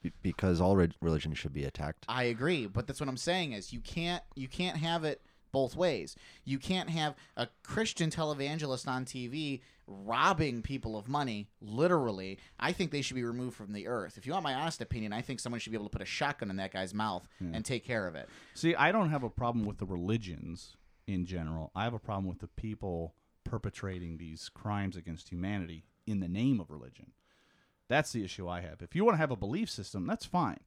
I: be- because all re- religion should be attacked.
E: I agree, but that's what I'm saying is you can't you can't have it both ways. You can't have a Christian televangelist on TV robbing people of money, literally. I think they should be removed from the earth. If you want my honest opinion, I think someone should be able to put a shotgun in that guy's mouth and take care of it.
F: See, I don't have a problem with the religions in general. I have a problem with the people perpetrating these crimes against humanity in the name of religion. That's the issue I have. If you want to have a belief system, that's fine.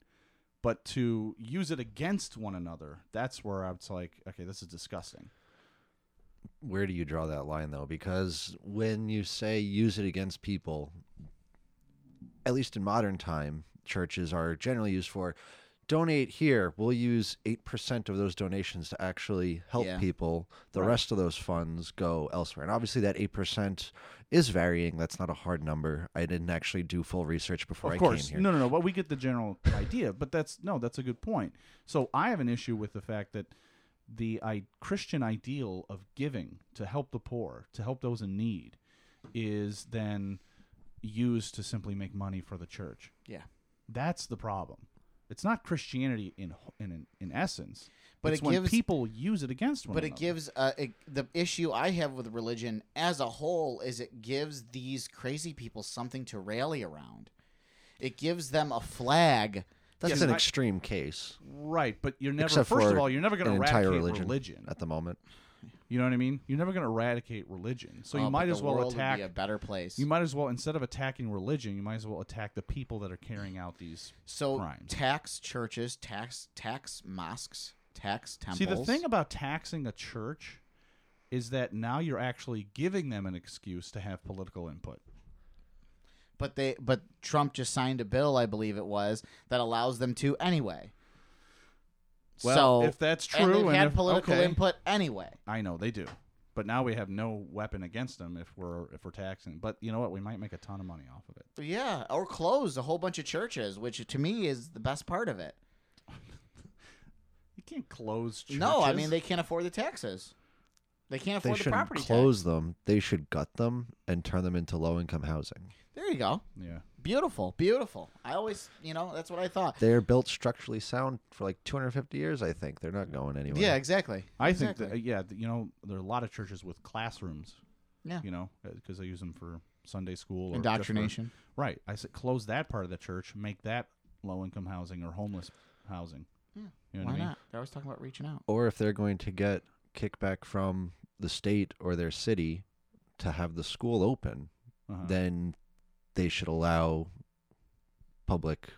F: But to use it against one another, that's where I was like, okay, this is disgusting.
I: where do you draw that line though? Because when you say use it against people, at least in modern time, churches are generally used for donate here. We'll use eight percent of those donations to actually help
E: Yeah.
I: people. The rest of those funds go elsewhere. And obviously that eight percent is varying. That's not a hard number. I didn't actually do full research before
F: of
I: I
F: course
I: came here.
F: no no no but we get the general idea but that's no that's a good point so i have an issue with the fact that the I, christian ideal of giving to help the poor to help those in need is then used to simply make money for the church
E: Yeah.
F: that's the problem it's not christianity in in in essence
E: But
F: it's
E: it
F: when
E: gives-
F: people use it against one
E: but it
F: another.
E: gives uh, it, the issue I have with religion as a whole is it gives these crazy people something to rally around. It gives them a flag.
I: That's
F: Yes,
I: an
F: I-
I: extreme case.
F: right but you're never
I: except
F: first
I: for
F: of all you're never going to
I: an
F: eradicate
I: entire
F: religion,
I: religion, at the moment.
F: you know what i mean you're never going to eradicate religion so
E: Oh,
F: you
E: but
F: might
E: the
F: as well
E: world
F: attack
E: would be a better place.
F: You might as well, instead of attacking religion, you might as well attack the people that are carrying out these
E: so
F: crimes.
E: tax churches, tax tax mosques, tax temples.
F: See, the thing about taxing a church is that now you're actually giving them an excuse to have political input.
E: but they but Trump just signed a bill, I believe it was, that allows them to anyway.
F: Well,
E: so
F: if that's
E: and
F: true
E: they've
F: and
E: had
F: if-
E: political
F: okay.
E: input anyway.
F: I know they do, but now we have no weapon against them if we're if we're taxing. But you know what? We might make a ton of money off of it.
E: Yeah, or close a whole bunch of churches, which to me is the best part of it.
F: You can't close. Churches.
E: No, I mean they can't afford the taxes. They can't
I: They
E: afford the
I: shouldn't
E: property
I: close them. They should gut them and turn them into low income housing.
E: tax. There you go.
F: Yeah.
E: Beautiful, beautiful. I always, you know, that's what I thought.
I: They're built structurally sound for like 250 years, I think. They're not going anywhere.
E: Yeah, exactly.
F: I think
E: exactly.
F: that uh, yeah, th- you know, there are a lot of churches with classrooms.
E: Yeah.
F: You know, because they use them for Sunday school or just for-
E: Indoctrination.
F: right. I said close that part of the church, make that low income housing or homeless housing. Yeah. You know
E: Why
F: what I mean?
E: not? They're always talking about reaching out.
I: Or if they're going to get kickback from the state or their city to have the school open,
F: Uh-huh.
I: then they should allow public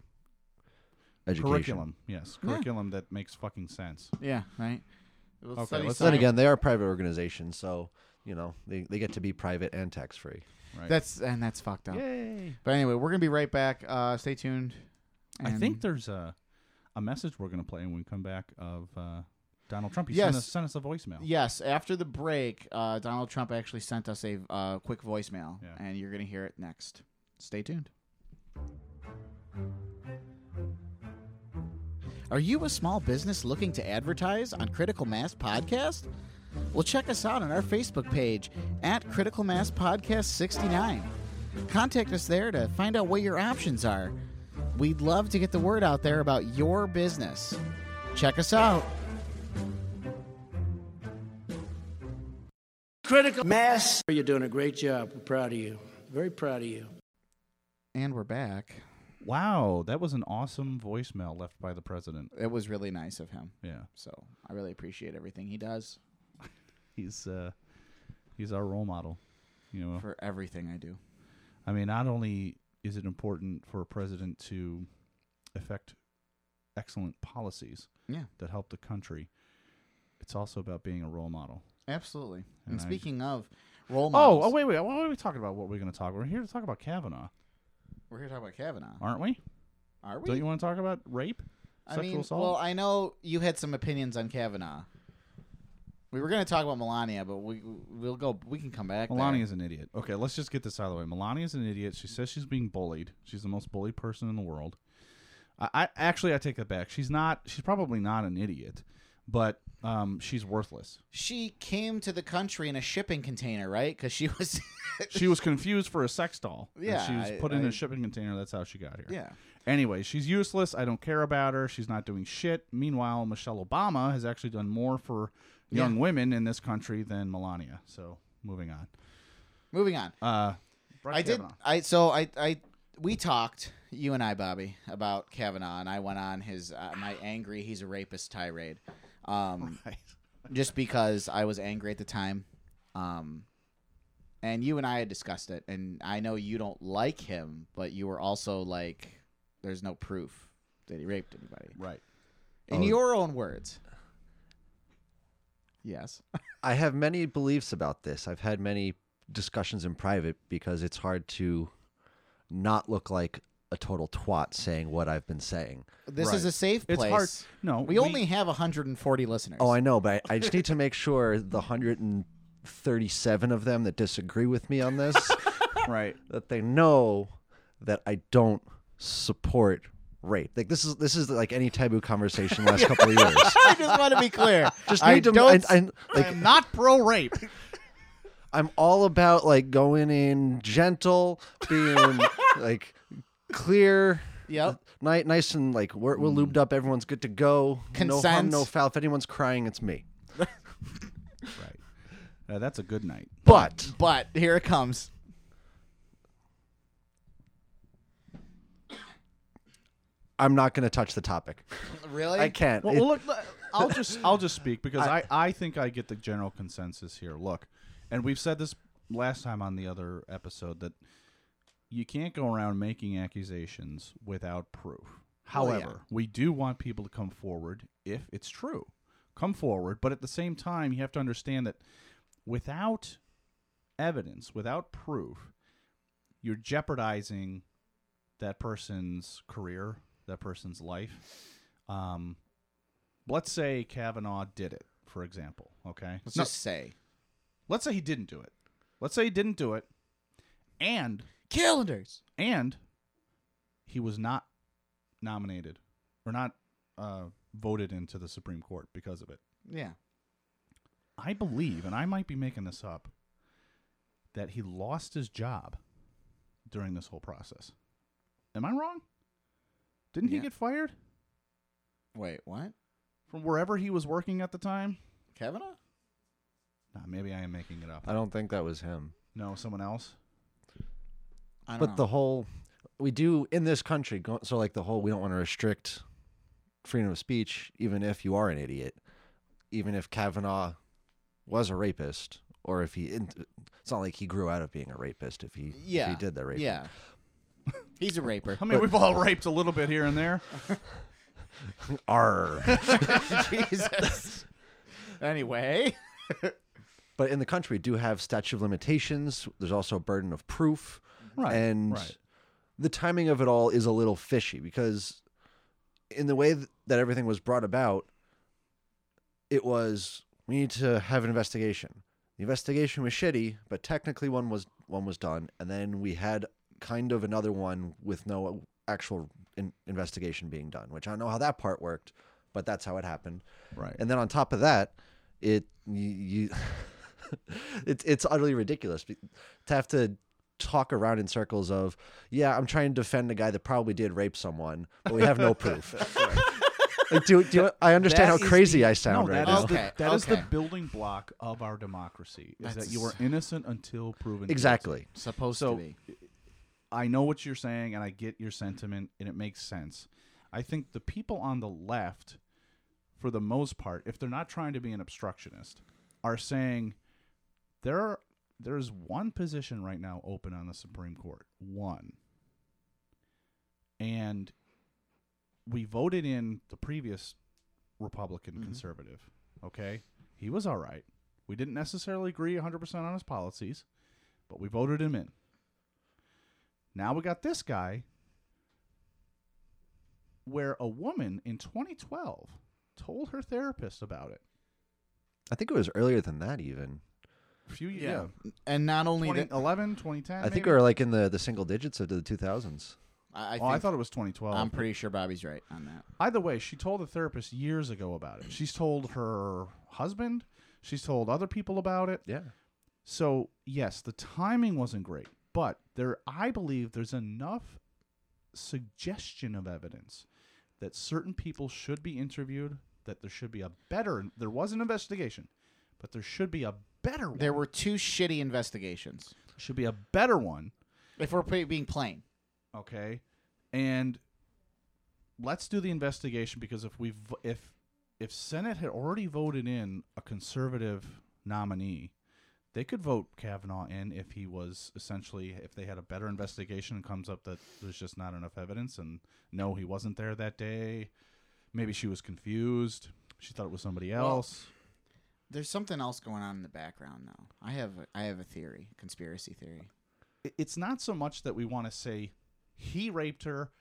I: education.
F: curriculum, yes, curriculum that makes fucking sense.
E: Yeah, right. We'll
F: Okay,
E: study
F: let's-
I: So then
E: science.
I: again, they are private organizations, so you know they, they get to be private and tax free.
F: Right.
E: that's and that's fucked up.
F: Yay!
E: But anyway, we're gonna be right back. Uh, stay tuned.
F: I think
E: And-
F: there's a a message we're gonna play when we come back of uh, Donald Trump. He
E: Yes.
F: sent, us, sent us a voicemail.
E: Yes, after the break, uh, Donald Trump actually sent us a uh, quick voicemail,
F: Yeah.
E: and you're going to hear it next. Stay tuned. Are you a small business looking to advertise on Critical Mass Podcast? Well, check us out on our Facebook page at Critical Mass Podcast 69. Contact us there to find out what your options are. We'd love to get the word out there about your business. Check us out.
J: You're doing a great job. We're proud of you. Very proud of you.
E: And we're back.
F: Wow, that was an awesome voicemail left by the president.
E: it was really nice of him.
F: Yeah.
E: So I really appreciate everything he does
F: he's uh he's our role model you know
E: for everything I do.
F: i mean not only is it important for a president to effect excellent policies
E: Yeah,
F: that help the country it's also about being a role model
E: absolutely. And,
F: And I-
E: speaking of role
F: oh,
E: models,
F: oh wait wait what are we talking about what we're going to talk we're here to talk about kavanaugh
E: we're here talking about Kavanaugh,
F: aren't we
E: are we?
F: don't you want to talk about rape
E: I
F: sexual
E: mean,
F: assault
E: well, I know you had some opinions on Kavanaugh. We were going to talk about Melania, but we we'll go. We can come back.
F: Melania
E: there.
F: is an idiot. Okay, let's just get this out of the way. Melania is an idiot. She says she's being bullied. She's the most bullied person in the world. I, I actually I take that back. She's not. She's probably not an idiot, but um, she's worthless.
E: She came to the country in a shipping container, right? Because she was.
F: She was confused for a sex doll. and
E: Yeah,
F: she was
E: I-
F: put in
E: I-
F: a shipping container. That's how she got here.
E: Yeah.
F: Anyway, she's useless. I don't care about her. She's not doing shit. Meanwhile, Michelle Obama has actually done more for young women in this country than Melania. So moving on.
E: Moving on.
F: Uh, Brett
E: I did.
F: Kavanaugh.
E: I so I I we talked you and I, Bobby, about Kavanaugh, and I went on his uh, my angry he's a rapist tirade, um, just because I was angry at the time, um, and you and I had discussed it, and I know you don't like him, but you were also like, "There's no proof that he raped anybody,"
F: Right. Oh.
E: in your own words. Yes.
I: I have many beliefs about this. I've had many discussions in private because it's hard to not look like a total twat saying what I've been saying.
E: This is a safe
F: It's
E: place.
F: hard- no,
E: we,
F: we-
E: only have 140 listeners.
I: Oh, I know, but I, I just need to make sure the 137 of them that disagree with me on this
F: Right.
I: that they know that I don't support rape. Like this is this is like any taboo conversation the last couple of years.
E: I just want to be clear.
I: Just need
E: I
I: to
E: don't
I: I, I, like
F: I'm not pro rape.
I: I'm all about like going in gentle, being like clear.
E: Yep.
I: Night, nice and like we're, we're lubed up. Everyone's good to go. No harm,
E: Consent.
I: no foul. If anyone's crying, it's me.
F: right. Uh, that's a good night.
I: But
E: But here it comes.
I: I'm not going to touch the topic.
E: Really?
I: I can't.
F: Well,
I: It-
F: well, look, l- I'll just I'll just speak because I, I think I get the general consensus here. Look, and we've said this last time on the other episode that you can't go around making accusations without proof.
E: Well, yeah.
F: However, we do want people to come forward if it's true. Come forward, but at the same time, you have to understand that without evidence, without proof, you're jeopardizing that person's career, that person's life. Um, let's say Kavanaugh did it, for example. Okay,
E: Let's
F: No,
E: just say.
F: let's say he didn't do it. Let's say he didn't do it, and
E: Calendars.
F: and he was not nominated or not uh, voted into the Supreme Court because of it.
E: Yeah.
F: I believe, and I might be making this up, that he lost his job during this whole process. Am I wrong? Didn't
E: Yeah.
F: he get fired
E: Wait, what?
F: from wherever he was working at the time?
E: Kavanaugh?
F: Nah, maybe I am making it up.
I: I don't think that was him.
F: No, someone else.
E: I don't
I: But the
E: know.
I: whole we do in this country. go- So like the whole we don't want to restrict freedom of speech, even if you are an idiot, even if Kavanaugh was a rapist, or if he. It's not like he grew out of being a rapist. If he
E: yeah.
I: if he did the rape.
E: Yeah. He's a raper.
F: I mean, we've all raped a little bit here and there.
I: Arr.
E: Jesus. anyway.
I: but in the country we do have statute of limitations there's also a burden of proof
F: Right,
I: and
F: right.
I: the timing of it all is a little fishy because in the way th- that everything was brought about it was we need to have an investigation the investigation was shitty but technically one was one was done and then we had kind of another one with no actual in- investigation being done which i don't know how that part worked but that's how it happened
F: Right.
I: and then on top of that, it you, you it's it's utterly ridiculous be- to have to talk around in circles of yeah, I'm trying to defend a guy that probably did rape someone, but we have no proof. like, do, do I understand how
F: That is
I: crazy
F: the-
I: I sound
F: no,
I: right
F: that
I: now?
F: is the-
E: Okay,
F: that is
E: okay.
F: the building block of our democracy is that you are
E: That's-
F: innocent until proven guilty.
I: Exactly.
E: Supposed
F: So-
E: to be.
F: I know what you're saying and I get your sentiment and it makes sense. I think the people on the left, for the most part, if they're not trying to be an obstructionist, are saying there are, there's one position right now open on the Supreme Court. One. And we voted in the previous Republican conservative. Okay? He was all right. We didn't necessarily agree 100% on his policies, but we voted him in. Now we got this guy where a woman in 2012 told her therapist about it.
I: I think it was earlier than that even.
F: A few years.
E: And not
F: Yeah.
E: only that,
F: 2011, 2010.
I: I think
F: maybe?
I: we were like in Um, the, the single digits of the 2000s.
E: I, I,
F: oh, I
E: think-
F: thought it was 2012.
E: I'm pretty sure Bobby's right on that.
F: Either way, she told the therapist years ago about it. She's told her husband. She's told other people about it.
I: Yeah.
F: So yes, the timing wasn't great, but there, I believe there's enough suggestion of evidence that certain people should be interviewed. That there should be a better. There was an investigation, but there should be a better one.
E: There were two shitty investigations.
F: should be a better one.
E: If we're pre- being plain,
F: okay and let's do the investigation because if we've if if senate had already voted in a conservative nominee they could vote kavanaugh in if he was essentially if they had a better investigation and comes up that there's just not enough evidence and no he wasn't there that day maybe she was confused she thought it was somebody else
E: there's something else going on in the background, though. I have I have a theory, conspiracy theory.
F: I- it's not so much that we want to say he raped her.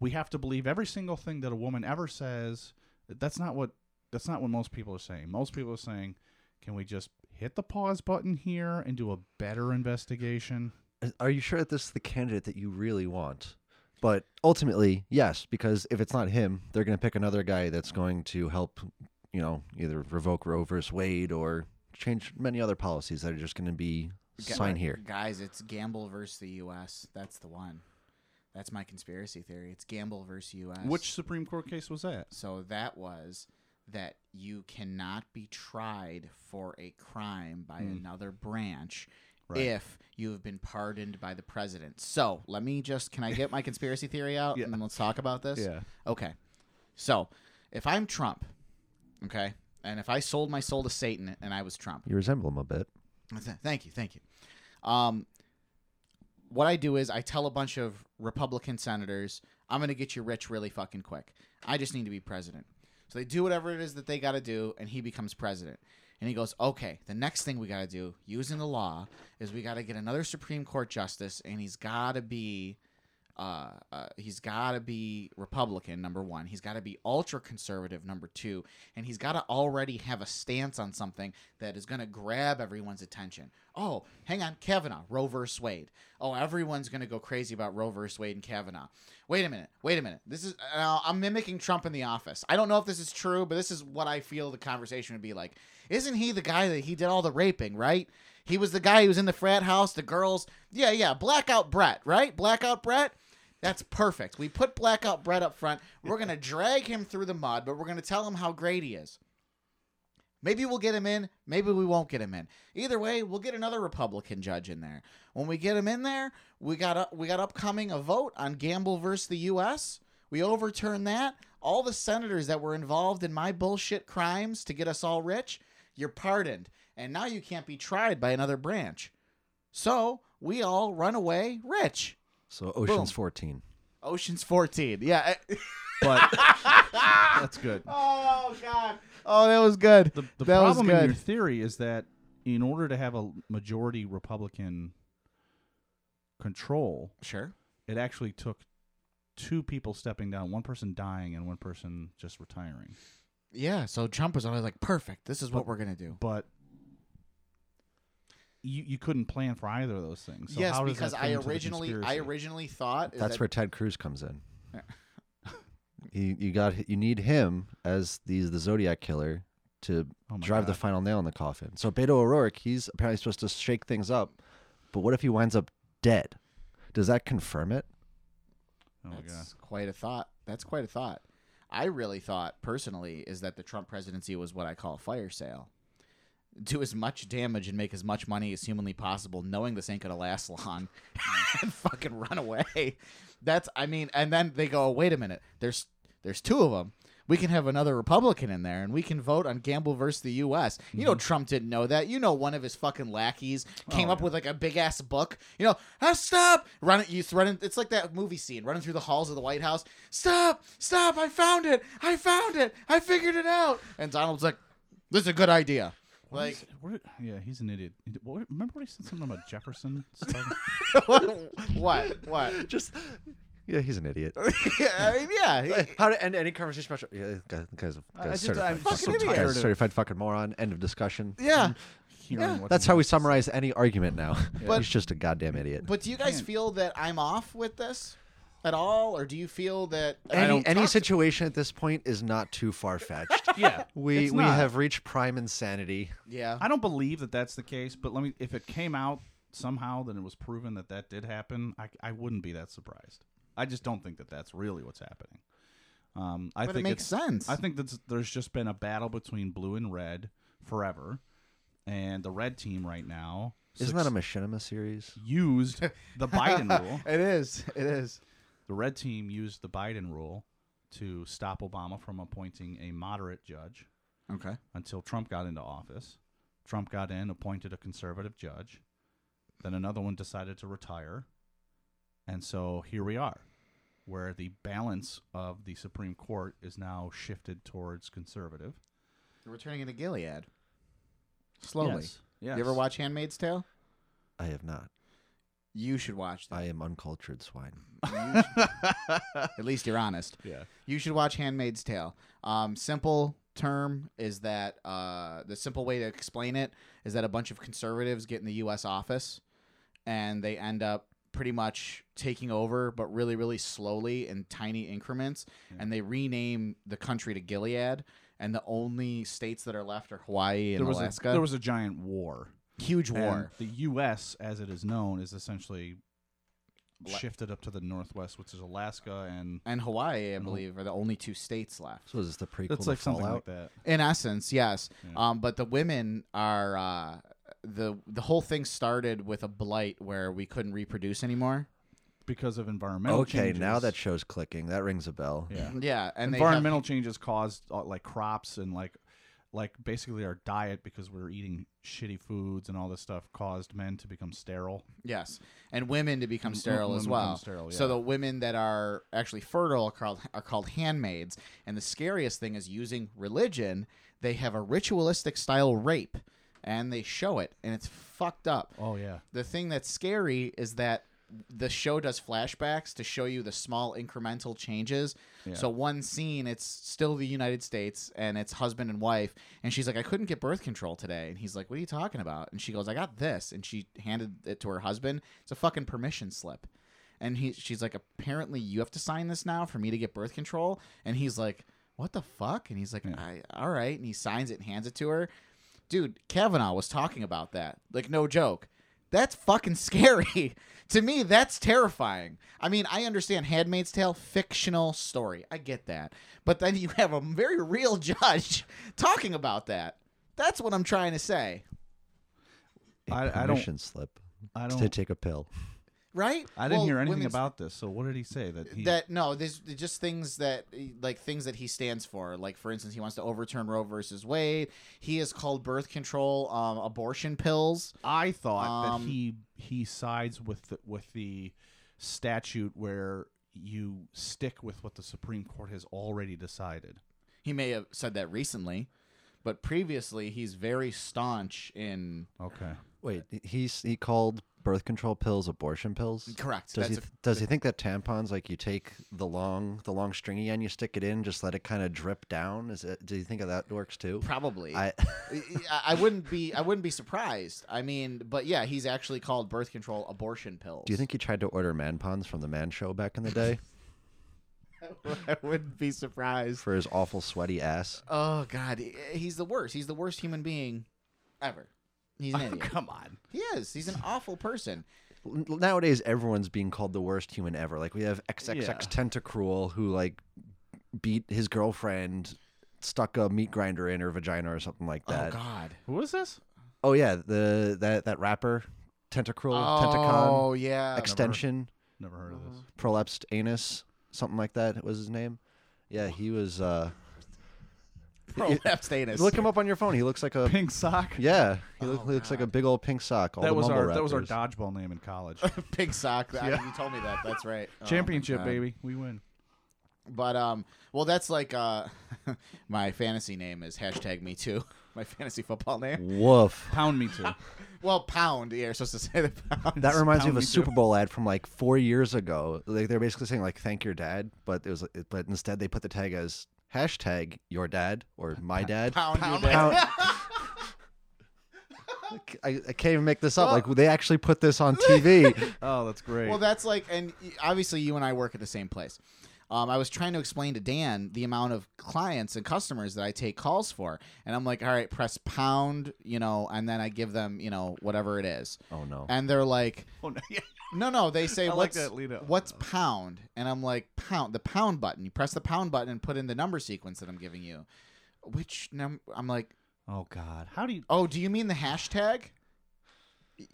F: We have to believe every single thing that a woman ever says. That's not what that's not what most people are saying. Most people are saying, "Can we just hit the pause button here and do a better investigation?"
I: Are you sure that this is the candidate that you really want? But ultimately, yes, because if it's not him, they're going to pick another guy that's going to help, you know, either revoke Roe versus Wade or change many other policies that are just going to be
E: Ga-
I: sign here.
E: guys. It's Gamble versus the U.S. That's the one. That's my conspiracy theory. It's Gamble versus U.S.
F: Which Supreme Court case was that?
E: So that was that you cannot be tried for a crime by
F: Hmm.
E: another branch if you have been pardoned by the president. So let me just can I get my conspiracy theory out and then let's talk about this?
F: Yeah.
E: Okay. So if I'm Trump, okay, and if I sold my soul to Satan and I was Trump,
I: You resemble him a bit.
E: Th- Thank you, thank you. Um, what I do is I tell a bunch of Republican senators, "I'm going to get you rich really fucking quick. I just need to be president." So they do whatever it is that they got to do, and he becomes president. And he goes, "Okay, the next thing we got to do, using the law, is we got to get another Supreme Court justice, and he's got to be." uh, uh, he's got to be Republican, number one. He's got to be ultra conservative, number two. And he's got to already have a stance on something that is going to grab everyone's attention. Oh, hang on. Kavanaugh, Roe versus Wade. Oh, everyone's going to go crazy about Roe versus Wade and Kavanaugh. Wait a minute. Wait a minute. This is, now I'm mimicking Trump in the office. I don't know if this is true, but this is what I feel the conversation would be like. Isn't he the guy that he did all the raping, right? He was the guy who was in the frat house, the girls. Yeah, yeah. Blackout Brett, right? Blackout Brett? That's perfect. We put Blackout Brett up front. We're going to drag him through the mud, but we're going to tell him how great he is. Maybe we'll get him in. Maybe we won't get him in. Either way, we'll get another Republican judge in there. When we get him in there, we got up, we got upcoming a vote on Gamble versus the U.S. We overturn that. All the senators that were involved in my bullshit crimes to get us all rich, you're pardoned, and now you can't be tried by another branch. So we all run away rich.
I: So Ocean's 14.
E: Ocean's 14. Yeah. eh. I-
F: But that's good.
E: Ah! oh God. Oh, that was good.
F: The, the
E: that
F: problem
E: was
F: in
E: good.
F: your theory is that in order to have a majority Republican control,
E: sure.
F: it actually took two people stepping down, one person dying and one person just retiring.
E: Yeah. So Trump was always like, "Perfect. This is what
F: But-
E: we're gonna do."
F: But you you couldn't plan for either of those things. So
E: yes,
F: how does that
E: because
F: fit
E: I
F: into the
E: originally, I
F: conspiracy?
E: originally thought is
I: That's
E: that,
I: where Ted Cruz comes in. you you got you need him as the the Zodiac killer to
F: Oh my
I: drive the
F: God.
I: final nail in the coffin. So Beto O'Rourke, he's apparently supposed to shake things up, but what if he winds up dead? Does that confirm it?
F: Oh my god.
E: that's quite a thought. That's quite a thought. I really thought personally is that the Trump presidency was what I call a fire sale. Do as much damage and make as much money as humanly possible, knowing this ain't gonna last long, and fucking run away. That's I mean, and then they go, wait a minute, there's there's two of them. We can have another Republican in there, and we can vote on Gamble versus the U.S. You know, Trump didn't know that. You know, one of his fucking lackeys came up with like a big ass book. You know, ah, stop! Running, you running. It's like that movie scene running through the halls of the White House. Stop! Stop! I found it! I found it! I figured it out! And Donald's like, "This is a good idea."
F: What
E: Like,
F: is- what are- yeah, he's an idiot. He- what- remember what he said something about Jefferson? stuff?
E: what? What?
I: Just yeah, he's an idiot.
E: yeah, I mean, yeah. he-
I: How to end any conversation about yeah, guys, guys,
F: I
I: guys
F: just-
I: certified,
F: I'm just
E: so
I: fucking- guys,
E: tired
F: of-
I: certified fucking moron. End of discussion.
E: yeah.
F: Hearing what
I: That's
F: he
I: how we
F: said.
I: summarize any argument now.
E: But-
I: he's just a goddamn idiot.
E: But do you guys
F: Can't.
E: feel that I'm off with this? at all, or do you feel that I
I: Any
E: don't
I: any
E: talk to-
I: situation at this point is not too far fetched.
F: Yeah,
I: we
F: it's
I: we
F: not.
I: have reached prime insanity.
E: Yeah,
F: I don't believe that that's the case, but let me. If it came out somehow, then it was proven that that did happen. I, I wouldn't be that surprised. I just don't think that that's really what's happening. Um, I
E: But it
F: think
E: makes
F: it's-
E: sense.
F: I think that there's just been a battle between blue and red forever, and the red team right now
I: Isn't that a machinima series?
F: used the Biden rule.
E: it is. It is.
F: The red team used the Biden rule to stop Obama from appointing a moderate judge
E: Okay.
F: until Trump got into office. Trump got in, appointed a conservative judge. Then another one decided to retire. And so here we are, where the balance of the Supreme Court is now shifted towards conservative.
E: We're turning into Gilead. Slowly.
F: Yes, yes.
E: You ever watch *Handmaid's Tale*?
I: I have not.
E: You should watch that.
I: I am uncultured swine.
E: At least you're honest.
F: Yeah.
E: You should watch *Handmaid's Tale*. Um, simple term is that uh, the simple way to explain it is that a bunch of conservatives get in the U.S. office, and they end up pretty much taking over, but really, really slowly in tiny increments, and they rename the country to Gilead. And the only states that are left are Hawaii and
F: There was, a,
E: Alaska.
F: there was a giant war.
E: huge
F: And
E: war.
F: the U.S., as it is known, is essentially
E: Ala-
F: shifted up to the Northwest, which is Alaska and.
E: and
F: Mm-hmm.
E: Hawaii, I believe, are the only two states left.
I: So is this the prequel
F: It's
I: to
F: like something
I: Fallout?
F: like that.
E: In essence, yes. Um, but the women are uh, the the whole thing started with a blight where we couldn't reproduce anymore.
F: Because of environmental
I: Okay, now
F: changes.
I: that show's clicking. That rings a bell.
F: Yeah.
E: Yeah, and they have-
F: environmental changes caused uh, like crops and like like basically our diet because we were eating shitty foods and all this stuff caused men to become sterile.
E: yes, and women to become
F: Mm,
E: sterile
F: women
E: as
F: become
E: well.
F: sterile,
E: So
F: yeah.
E: the women that are actually fertile are called are called handmaids. And the scariest thing is using religion. They have a ritualistic style rape, and they show it, and it's fucked up.
F: Oh yeah.
E: the thing that's scary is that the show does flashbacks to show you the small incremental changes. So one scene, it's still the United States and it's husband and wife, and she's like, "I couldn't get birth control today," and he's like, "What are you talking about?" And she goes, "I got this," and she handed it to her husband. It's a fucking permission slip, and he, she's like, "Apparently, you have to sign this now for me to get birth control," and he's like, "What the fuck?" And he's like, I, "All right," and he signs it and hands it to her. Dude, Kavanaugh was talking about that, like no joke. That's fucking scary. to me, that's terrifying. I mean, I understand Handmaid's Tale, fictional story. I get that. But then you have a very real judge talking about that. That's what I'm trying to say.
I: A
F: I- I don't-
I: permission slip
F: I
I: to
F: don't
I: take a pill.
E: Right?
F: I didn't
E: Well,
F: hear anything
E: women's-
F: about this. So what did he say that he
E: that no there's there's just things that like things that he stands for like for instance he wants to overturn roe versus wade he has called birth control um, abortion pills
F: I thought
E: Um,
F: that he he sides with the, with the statute where you stick with what the Supreme Court has already decided.
E: he may have said that recently but previously he's very staunch in
F: Okay.
I: Wait, he's he called birth control pills abortion pills.
E: Correct.
I: Does he
E: That's a-
I: does he think that tampons like you take the long the long stringy end, you stick it in, just let it kind of drip down? Is it? Do you think that works too?
E: probably
I: I
E: I- I wouldn't be I wouldn't be surprised. I mean, but yeah, he's actually called birth control abortion pills.
I: do you think he tried to order man pons from the man show back in the day
E: I wouldn't be surprised?
I: for his awful sweaty ass?
E: Oh God, he- he's the worst. He's the worst human being ever. He's an
I: Oh,
E: idiot.
F: Come on.
E: he is. He's an awful person.
I: N- Nowadays, everyone's being called the worst human ever. Like we have XXX Tentacruel who like beat his girlfriend, stuck a meat grinder in her vagina or something like that.
E: oh God.
F: Who is this?
I: Oh yeah, the that that rapper, Tentacruel,
E: Oh
I: Tentacon,
E: yeah.
I: Extension,
F: Never heard of this.
E: Uh-huh.
I: Prolapsed Anus, something like that was his name. Yeah, he was. uh
E: Prolapsed anus.
I: Look him up on your phone. He looks like a
F: Pink sock.
I: yeah. He look, looks like a big old pink sock. All
F: That
I: the
F: was our
I: mumble
F: that was our
I: rappers.
F: dodgeball name in college.
E: Pink sock. You told me that. That's right. Oh, my
F: Championship,
E: God.
F: baby. We win.
E: But um, well, that's like uh, my fantasy name is hashtag me too. My fantasy football name.
I: Woof.
F: Pound me too.
E: Well, pound. Yeah, you're supposed to say the pound.
I: That reminds me
F: Pound
I: of a
F: Me Too.
I: Super Bowl ad from like four years ago. Like they're basically saying like "Thank your dad," but it was but instead they put the tag as hashtag Your Dad or My Dad.
E: pound, your
I: Pound- I, I can't even make this up. like they actually put this on TV.
F: Oh, that's great.
E: Well, that's like, and y- obviously, you and I work at the same place. Um, I was trying to explain to Dan the amount of clients and customers that I take calls for, and I'm like, all right, press pound, you know, and then I give them, you know, whatever it is.
I: oh no.
E: And they're like,
F: Oh, no, yeah.
E: no, no, they say,
F: I like
E: what's
F: that lead up.
E: what's pound? And I'm like, pound, the pound button. You press the pound button and put in the number sequence that I'm giving you. Which num- I'm like,
F: Oh God, how do you?
E: Oh, do you mean the hashtag? Y-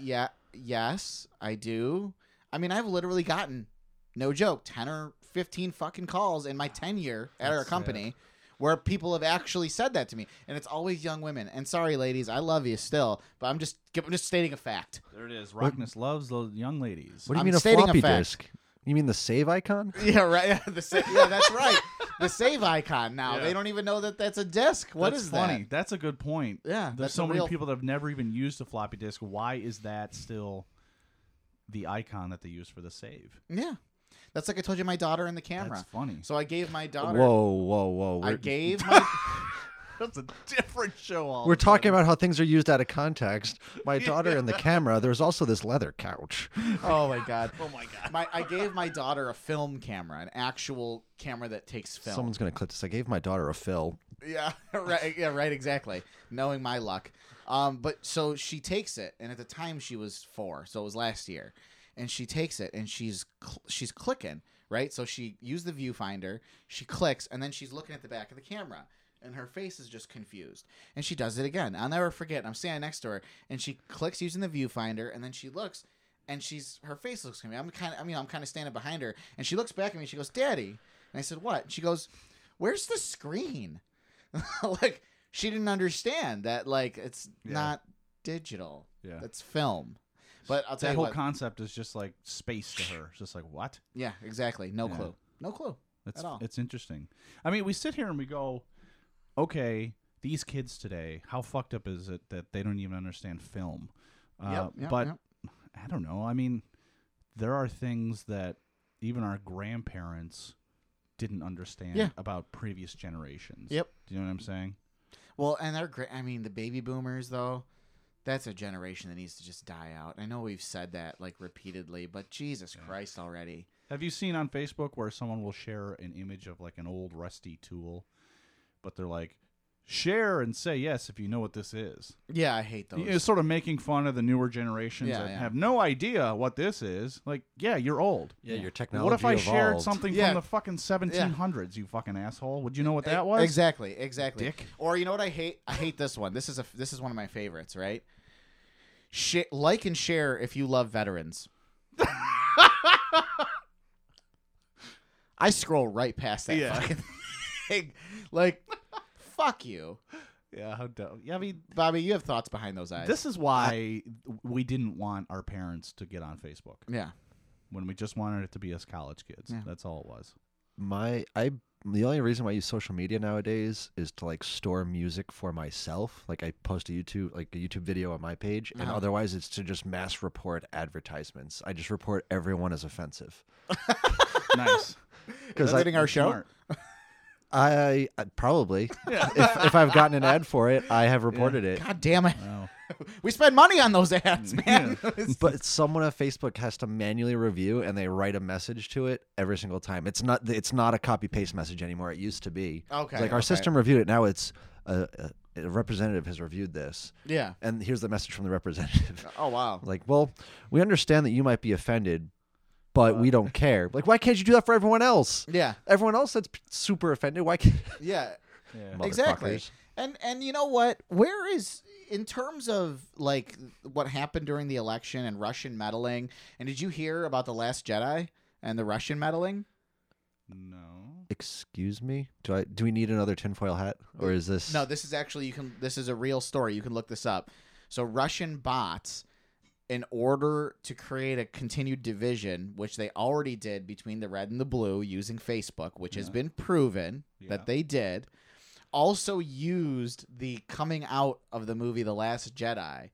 E: Yeah, yes, I do. I mean, I've literally gotten, no joke, 10 or 15 fucking calls in my tenure at our
F: That's
E: company where people have actually said that to me. And it's always young women. And sorry, ladies, I love you still, but I'm just I'm just stating a fact.
F: There it is. Rockness loves those young ladies.
I: What do you
E: I'm
I: mean a
E: stating a
I: floppy
E: fact.
I: disk? You mean the save icon?
E: Yeah, right. Yeah, the sa- yeah that's right. The save icon now. They don't even know that that's a disc. What
F: that's
E: is
F: funny.
E: that?
F: That's a good point.
E: Yeah,
F: there's
E: that's
F: so
E: a
F: many
E: real-
F: people that have never even used a floppy disk. Why is that still the icon that they use for the save?
E: Yeah. That's like I told you my daughter and the camera.
F: That's funny.
E: So I gave my daughter
I: Whoa, whoa, whoa.
E: I
I: We're,
E: gave my
F: That's a different show. All
I: we're talking about how things are used out of context. My daughter and the camera. There's also this leather couch.
E: Oh my god. Oh my god. My I gave my daughter a film camera, an actual camera that takes film.
I: Someone's gonna clip this. I gave my daughter a fill.
E: Yeah, right. Yeah, right. Exactly. Knowing my luck, um, but so she takes it, and at the time she was four, so it was last year, and she takes it, and she's cl- she's clicking, right? So she used the viewfinder, she clicks, and then she's looking at the back of the camera, and her face is just confused, and she does it again. I'll never forget. I'm standing next to her, and she clicks using the viewfinder, and then she looks. And she's her face looks at me. I'm kind of, I mean, I'm kind of standing behind her, and she looks back at me. She goes, "Daddy," and I said, "What?" And she goes, "Where's the screen?" like she didn't understand that like it's
F: Yeah.
E: not digital.
F: Yeah.
E: It's film. But I'll tell
F: that
E: you
F: whole
E: what.
F: concept is just like space to her. It's just like what?
E: yeah, exactly. No
F: Yeah.
E: clue. No clue.
F: It's
E: At all.
F: it's interesting. I mean, we sit here and we go, okay, these kids today, how fucked up is it that they don't even understand film? Uh,
E: Yep, yep,
F: but
E: yep.
F: I don't know. I mean, there are things that even our grandparents didn't understand
E: Yeah.
F: about previous generations.
E: Yep.
F: Do you know what I'm saying?
E: Well, and they're great. I mean, the baby boomers though, that's a generation that needs to just die out. I know we've said that like repeatedly, but Jesus Christ already.
F: Have you seen on Facebook where someone will share an image of like an old rusty tool, but they're like, share and say yes if you know what this is.
E: Yeah, I hate those.
F: It's sort of making fun of the newer generations
E: Yeah,
F: that
E: yeah.
F: have no idea what this is. Like, yeah, you're old.
I: Yeah, your technology.
F: What if I shared something
E: Yeah. E,
F: from the fucking 1700s, you fucking asshole? Would you know what that was?
E: Exactly, exactly.
F: Dick.
E: Or you know what I hate? I hate this one. This is a this is one of my favorites, right? Sh- like and share if you love veterans. I scroll right past that
F: Yeah.
E: fucking thing. Like, fuck you,
F: Yeah, how dumb. Yeah, I mean,
E: Bobby. You have thoughts behind those eyes.
F: this is why we didn't want our parents to get on Facebook
E: yeah,
F: when we just wanted it to be us college kids.
E: Yeah.
F: That's all it was.
I: my I the only reason why I use social media nowadays is to like store music for myself. Like I post a YouTube like a YouTube video on my page, and
E: Uh-huh.
I: otherwise it's to just mass report advertisements. I just report everyone as offensive
F: nice.
I: because
E: Editing
I: I,
E: our show.
F: Smart.
I: I, I probably if, if I've gotten an ad for it, I have reported it.
E: God damn it,
F: Wow.
E: we spend money on those ads,
F: Mm,
E: man.
I: But someone at Facebook has to manually review, and they write a message to it every single time. It's not it's not a copy paste message anymore. It used to be
E: Okay,
I: It's like our
E: okay.
I: system reviewed it. Now it's a, a, a representative has reviewed this.
E: yeah.
I: and here's the message from the representative.
E: Oh wow.
I: like, well, we understand that you might be offended, but we don't care. Like, why can't you do that for everyone else?
E: Yeah.
I: Everyone else that's p- super offended. Why can't
E: Yeah.
F: Yeah.
E: exactly
I: Motherfuckers.
E: and and you know what where is in terms of like what happened during the election and russian meddling and did you hear about the last jedi and the russian meddling
F: No.
I: Excuse me. Do I do we need another tinfoil hat, or is this
E: no this is actually you can this is a real story you can look this up so russian bots in order to create a continued division which they already did between the red and the blue using facebook which has been proven
F: Yeah.
E: that they did also used the coming out of the movie the last jedi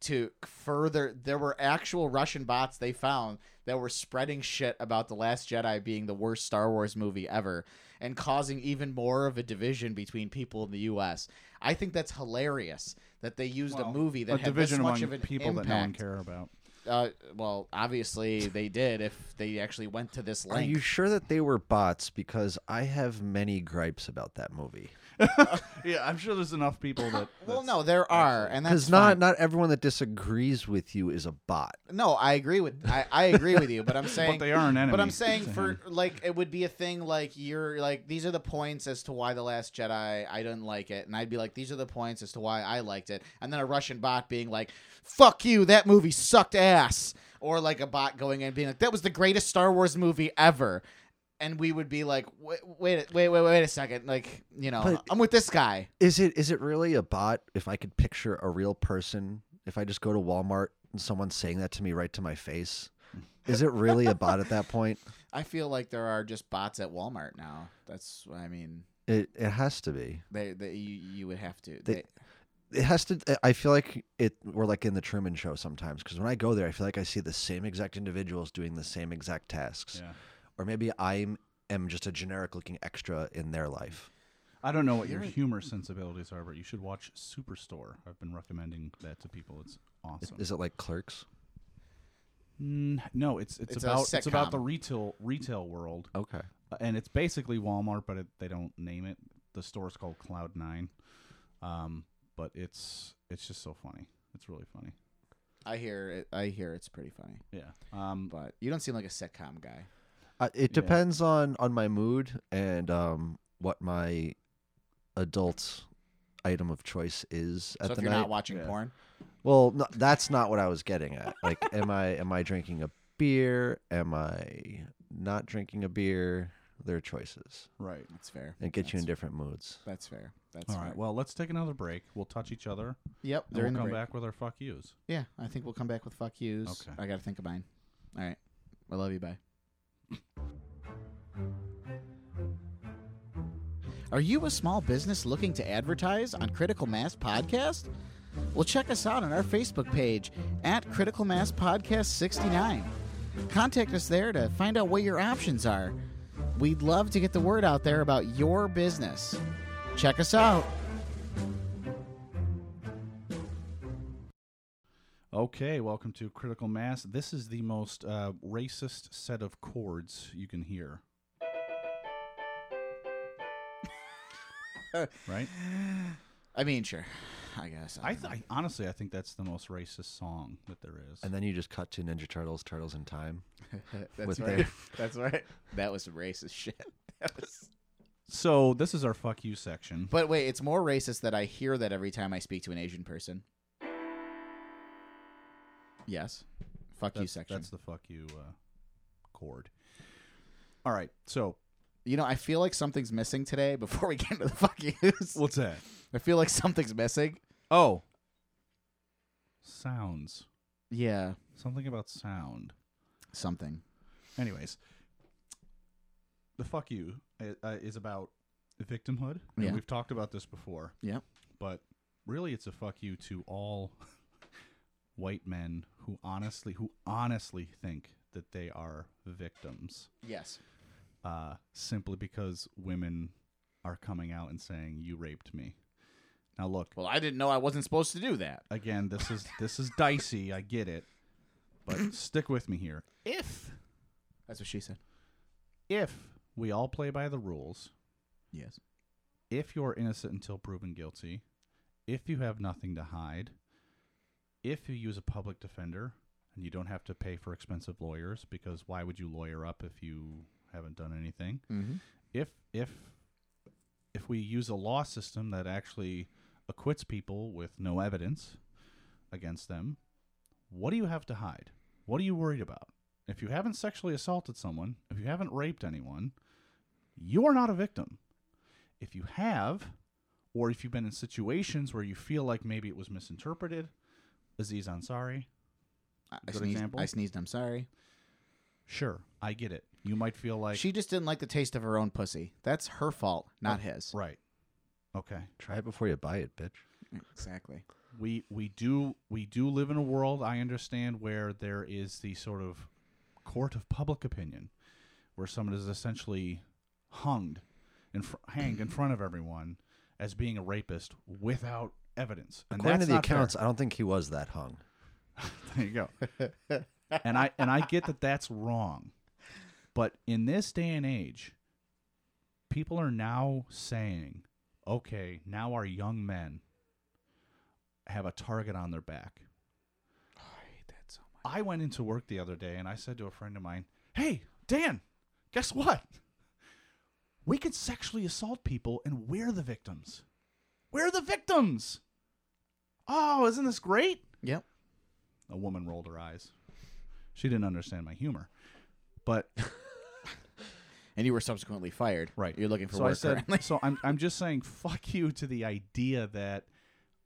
E: to further there were actual Russian bots they found that were spreading shit about the last Jedi being the worst Star Wars movie ever and causing even more of a division between people in the US. I think that's hilarious that they used a movie that
F: a
E: had
F: division
E: this much
F: among
E: of an
F: people
E: impact.
F: that no one care about.
E: Uh, well, obviously they did if they actually went to this
I: Are
E: length.
I: you sure that they were bots? Because I have many gripes about that movie.
F: Yeah, I'm sure there's enough people that.
E: well, no, there are, and that's
I: Because not
E: fine.
I: not everyone that disagrees with you is a bot.
E: No, I agree with I, I agree with you, but I'm saying
F: they are an
E: But I'm
F: enemy
E: saying
F: to
E: for like it would be a thing like you're like these are the points as to why the Last Jedi I didn't like it, and I'd be like these are the points as to why I liked it, and then a Russian bot being like, "Fuck you, that movie sucked ass," or like a bot going in and being like, "That was the greatest Star Wars movie ever." And we would be like, wait, wait, wait, wait, wait a second. Like, you know,
I: But-
E: I'm with this guy.
I: Is it is it really a bot? If I could picture a real person, if I just go to Walmart and someone's saying that to me right to my face, is it really a bot at that point?
E: I feel like there are just bots at Walmart now. That's, what I mean,
I: It it has to be.
E: they, they you, you would have to.
I: They-
E: they-
I: It has to. I feel like it. We're like in the Truman Show sometimes because when I go there, I feel like I see the same exact individuals doing the same exact tasks,
F: Yeah.
I: or maybe I'm am just a generic looking extra in their life.
F: I don't know what your humor sensibilities are, but you should watch Superstore. I've been recommending that to people. It's awesome.
I: Is it like Clerks?
F: Mm, no, it's it's,
E: It's a
F: about it's about
E: sitcom.
F: the retail retail world,
I: Okay.
F: Uh, and it's basically Walmart, but it, they don't name it. The store's called Cloud Nine, um, but it's it's just so funny. It's really funny.
E: I hear it. I hear it's pretty funny,
F: Yeah. Um,
E: but you don't seem like a sitcom guy.
I: Uh, it
F: Yeah.
I: depends on on my mood and um what my adult item of choice is at
E: so if
I: the
E: you're
I: night.
E: not watching porn,
I: well, no, that's not what I was getting at. Like, am I am I drinking a beer? Am I not drinking a beer? Their choices
F: right.
E: that's fair.
I: and get you in
E: That's-
I: different moods.
E: That's fair. That's
F: All
E: fair.
F: right. Well, let's take another break. We'll touch each other.
E: yep.
F: Then we'll
E: During the
F: come
E: break.
F: back with our fuck yous.
E: Yeah, I think we'll come back with fuck yous.
F: Okay.
E: I gotta think of mine. All right. I love you. Bye. Are you a small business looking to advertise on Critical Mass Podcast? Well, check us out on our Facebook page at Critical Mass Podcast 69. Contact us there to find out what your options are. We'd love to get the word out there about your business. Check us out.
F: Okay, welcome to Critical Mass. This is the most uh, racist set of chords you can hear. right?
E: I mean, sure. I guess.
F: I,
E: don't know.
F: th- I honestly, I think that's the most racist song that there is.
I: And then you just cut to Ninja Turtles, Turtles in Time.
E: That's
I: with
E: right.
I: their-
E: That's right. That was some racist shit. That was-
F: so this is our fuck you section.
E: But wait, it's more racist that I hear that every time I speak to an Asian person. Yes. Fuck you
F: That's,
E: section.
F: that's the fuck you uh, chord. All right, so
E: You know, I feel like something's missing today before we get into the fuck yous.
F: what's that?
E: I feel like something's missing.
F: Oh, sounds.
E: Yeah.
F: Something about sound.
E: Something.
F: Anyways, the fuck you i- uh, is about victimhood. And
E: Yeah.
F: We've talked about this before,
E: Yep.
F: but really, it's a fuck you to all white men who honestly, who honestly think that they are victims,
E: Yes.
F: uh, simply because women are coming out and saying you raped me. Now look,
E: Well, I didn't know I wasn't supposed to do that.
F: again, this is this is dicey. I get it, but stick with me here. If
E: That's what she said.
F: if we all play by the rules
E: Yes.
F: if you're innocent until proven guilty, if you have nothing to hide, if you use a public defender and you don't have to pay for expensive lawyers because why would you lawyer up if you haven't done anything?
E: Mhm.
F: If if if we use a law system that actually acquits people with no evidence against them, what do you have to hide? What are you worried about? If you haven't sexually assaulted someone, if you haven't raped anyone, you are not a victim if you have, or if you've been in situations where you feel like maybe it was misinterpreted, Aziz Ansari,
E: I, I
F: Good
E: sneezed,
F: example.
E: I sneezed. I'm sorry.
F: sure, I get it. You might feel like
E: she just didn't like the taste of her own pussy. That's her fault, not his.
F: right. Okay.
I: Try it before you buy it, bitch.
E: Exactly.
F: we we do we do live in a world I understand where there is the sort of court of public opinion, where someone is essentially hung, in fr- hanged in front of everyone as being a rapist without evidence. And
I: According to
F: that's
I: the
F: not fair.
I: accounts, I don't think he was that hung.
F: There you go. and I and I get that that's wrong, but in this day and age, people are now saying, "Okay, now our young men have a target on their back." I went into work the other day and I said to a friend of mine, "Hey, Dan, guess what? We can sexually assault people and we're the victims. We're the victims. Oh, isn't this great?"
E: Yep.
F: A woman rolled her eyes. She didn't understand my humor. But
E: And you were subsequently fired.
F: right,
E: You're looking for
F: so
E: work.
F: I said,
E: currently.
F: so I'm I'm just saying fuck you to the idea that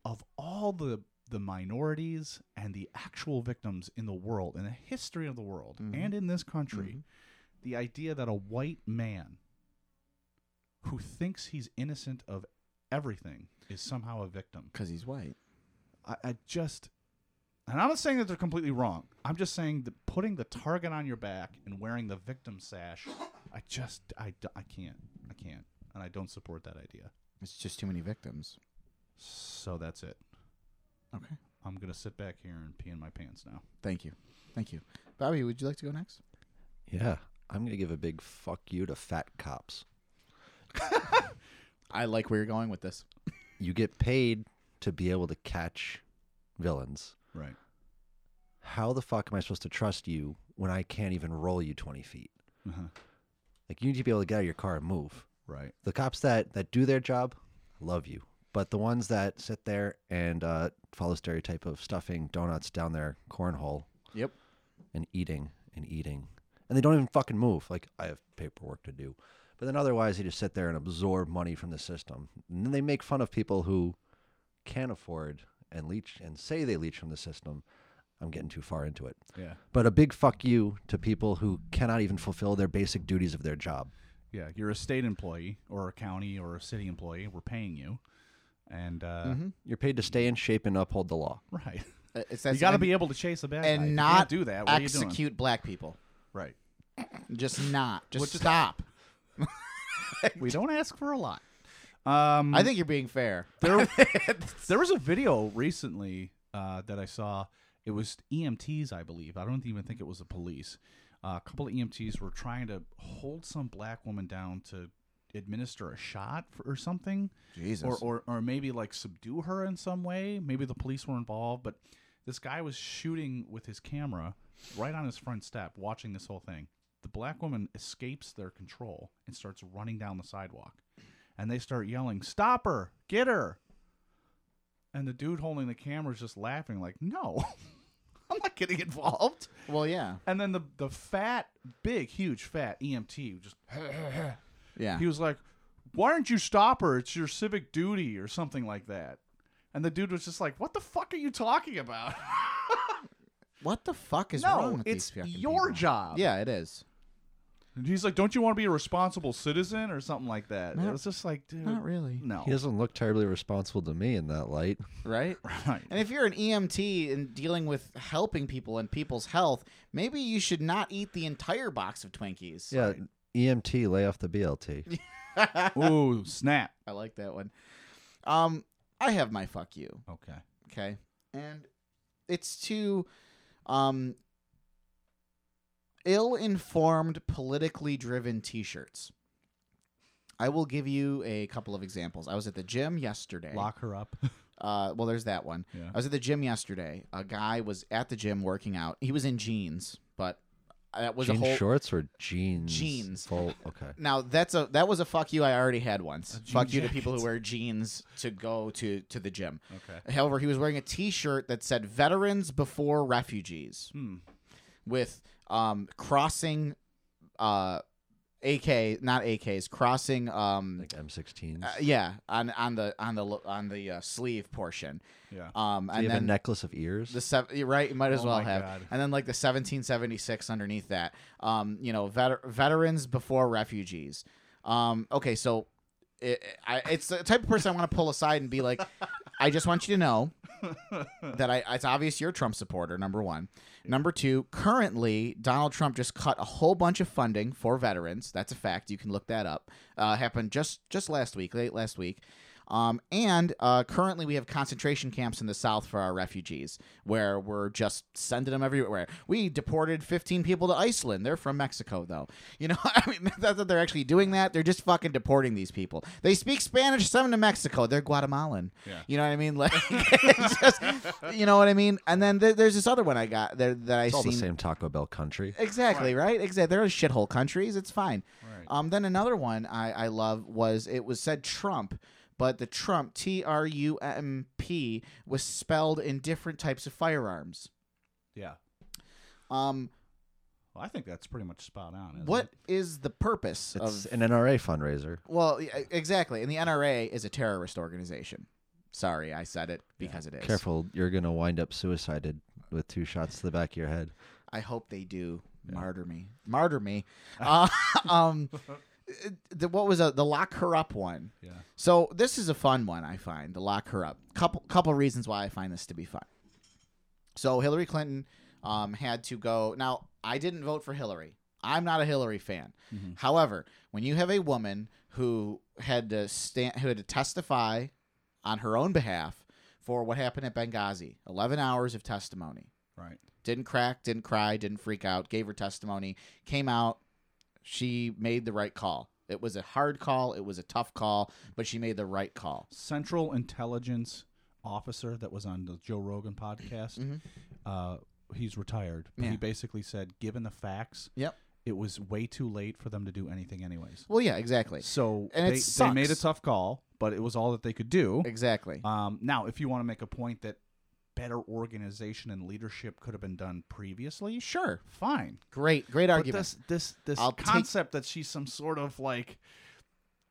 F: of all the the minorities and the actual victims in the world in the history of the world
E: Mm-hmm.
F: and in this country, the idea that a white man who thinks he's innocent of everything is somehow a victim.
E: because he's white.
F: I, I just, and I'm not saying that they're completely wrong. I'm just saying that putting the target on your back and wearing the victim sash, I just, I, d- I can't, I can't, and I don't support that idea.
E: It's just too many victims.
F: So that's it.
E: Okay.
F: I'm gonna sit back here and pee in my pants now.
E: Thank you. Thank you. Bobby, would you like to go next?
I: Yeah. I'm going to give a big fuck you to fat cops.
E: I like where you're going with this.
I: You get paid to be able to catch villains.
F: Right.
I: How the fuck am I supposed to trust you when I can't even roll you 20 feet?
F: Uh-huh.
I: Like, you need to be able to get out of your car and move.
F: Right.
I: the cops that that do their job love you but the ones that sit there and uh, follow stereotype of stuffing donuts down their cornhole
E: Yep.
I: and eating and eating and they don't even fucking move like i have paperwork to do but then otherwise they just sit there and absorb money from the system and then they make fun of people who can afford and leech and say they leech from the system i'm getting too far into it
F: Yeah.
I: but a big fuck you to people who cannot even fulfill their basic duties of their job
F: Yeah. You're a state employee or a county or a city employee. We're paying you, and uh,
E: Mm-hmm.
I: you're paid to stay in shape and uphold the law
F: right.
E: Uh, It's
F: You got to be able to chase a bad guy. If
E: and
F: you
E: not
F: can't do that. What
E: Execute
F: are you doing?
E: black people.
F: Right.
E: Just not. Just
F: just-
E: stop.
F: We don't ask for a lot. Um,
E: I think you're being fair.
F: there, there was a video recently uh, that I saw. It was EMTs, I believe. I don't even think it was the police. Uh, a couple of EMTs were trying to hold some black woman down to administer a shot for, or something,
E: Jesus.
F: or, or or maybe like subdue her in some way. Maybe the police were involved, but this guy was shooting with his camera right on his front step, watching this whole thing. The black woman escapes their control and starts running down the sidewalk and they start yelling, "Stop her! Get her!" And the dude holding the camera is just laughing, like, "No, I'm not getting involved."
E: well, yeah.
F: And then the the fat, big, huge, fat EMT just
E: Yeah.
F: he was like, "Why aren't you stop her? It's your civic duty or something like that." And the dude was just like, "What the fuck are you talking about?
E: what the fuck is wrong
F: no,
E: with
F: it's
E: these fucking
F: your
E: people?
F: job."
E: Yeah, it is.
F: And he's like, "Don't you want to be a responsible citizen or something like that?" it
E: Not-
F: was just like, dude,
E: Not really.
F: no,
I: He doesn't look terribly responsible to me in that light.
E: Right?
F: Right.
E: And if you're an EMT and dealing with helping people and people's health, maybe you should not eat the entire box of Twinkies.
I: Yeah, EMT, E lay off the BLT.
F: Ooh, snap.
E: I like that one. Um, I have my fuck you.
F: Okay.
E: okay and it's to um ill-informed politically driven t-shirts i will give you a couple of examples i was at the gym yesterday
F: Lock her up.
E: uh, well there's that one
F: Yeah.
E: i was at the gym yesterday a guy was at the gym working out he was in jeans but that was
I: Jean
E: a whole
I: shorts or jeans?
E: Jeans.
I: Full, okay.
E: now that's a that was a fuck you I already had once.
F: jean
E: Fuck you to
F: jacket.
E: people who wear jeans to go to to the gym.
F: Okay.
E: However, he was wearing a T-shirt that said "Veterans Before Refugees"
F: Hmm.
E: with um crossing, uh, AK not AKs crossing um.
I: Like M16s.
E: uh, yeah, on on the on the lo- on the uh, sleeve portion,
F: Yeah.
E: um,
I: Do you
E: and
I: have a
E: then
I: necklace of ears?
E: the seven, you're right, you might as
F: Oh
E: well
F: my
E: have.
F: God.
E: And then like the 1776 underneath that. Um, you know, veter- veterans before refugees. Um, okay, so it, I, it's the type of person I want to pull aside and be like, I just want you to know that I, it's obvious you're a Trump supporter, number one. Number two, currently, Donald Trump just cut a whole bunch of funding for veterans. That's a fact. You can look that up. Uh, happened just, just last week, late last week. Um, and uh, currently, we have concentration camps in the South for our refugees, where we're just sending them everywhere. We deported 15 people to Iceland. They're from Mexico, though. You know, I mean, that's that they're actually doing that. They're just fucking deporting these people. They speak Spanish, some to Mexico. They're Guatemalan.
G: Yeah.
E: You know what I mean? Like, it's just, you know what I mean? And then there, there's this other one I got there that I
I: It's all
E: seen.
I: the same Taco Bell country.
E: Exactly, right? Exactly. They're shithole countries. It's fine. Um, then another one I, I love was it was said Trump, but the Trump, T R U M P, was spelled in different types of firearms.
F: Yeah.
E: Um,
F: Well, I think that's pretty much spot on. Isn't
E: what
F: it?
E: is the purpose
I: It's
E: of.
I: an NRA fundraiser.
E: Well, e- exactly. And the NRA is a terrorist organization. Sorry, I said it because it is.
I: Careful, you're gonna wind up suicided with two shots to the back of your head.
E: I hope they do martyr me, martyr me. uh, um, the, what was a, the lock her up one? Yeah. So this is a fun one I find the lock her up. Couple couple reasons why I find this to be fun. So Hillary Clinton um, had to go. Now I didn't vote for Hillary. I'm not a Hillary fan. However, when you have a woman who had to stand, who had to testify on her own behalf for what happened at Benghazi, 11 hours of testimony
F: Right.
E: didn't crack, didn't cry, didn't freak out, gave her testimony, came out, she made the right call. It was a hard call, it was a tough call, but she made the right call.
F: Central intelligence officer that was on the Joe Rogan podcast. Uh, he's retired. But
E: Mm-hmm. Yeah.
F: He basically said, given the facts,
E: Yep.
F: it was way too late for them to do anything, anyways.
E: Well, yeah, exactly.
F: So
E: And it
F: they, they made a
E: sucks.
F: tough call, but it was all that they could do.
E: Exactly.
F: Um, now, if you want to make a point that better organization and leadership could have been done previously,
E: Sure.
F: fine.
E: Great, great
F: But
E: argument.
F: this this this
E: I'll take-
F: concept that she's some sort of like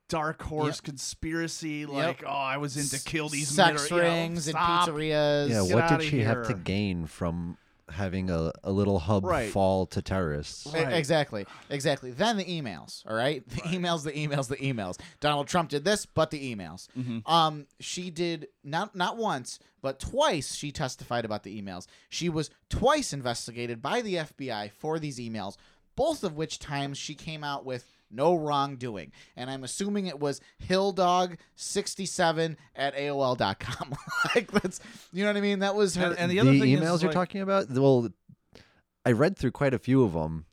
F: dark horse
E: Yep.
F: conspiracy, like oh, I was in to kill these
E: sex
F: middle- you know,
E: rings and
F: stop.
E: pizzerias.
I: Yeah,
F: Get
I: what did
F: outta
I: she have to
F: here.
I: gain from having a, a little hub
F: Right.
I: fall to terrorists?
E: E-
F: Right.
E: Exactly. Exactly. Then the emails. All right. The emails. The emails. The emails. Donald Trump did this, but the emails.
F: Mm-hmm.
E: Um, she did not not once, but twice. She testified about the emails. She was twice investigated by the FBI for these emails, both of which times she came out with no wrongdoing. And I'm assuming it was hilldog67 at AOL.com. like that's you know what I mean. That was her.
F: And, and the other thing is,
I: emails
F: is,
I: you're
F: like,
I: talking about well i read through quite a few of them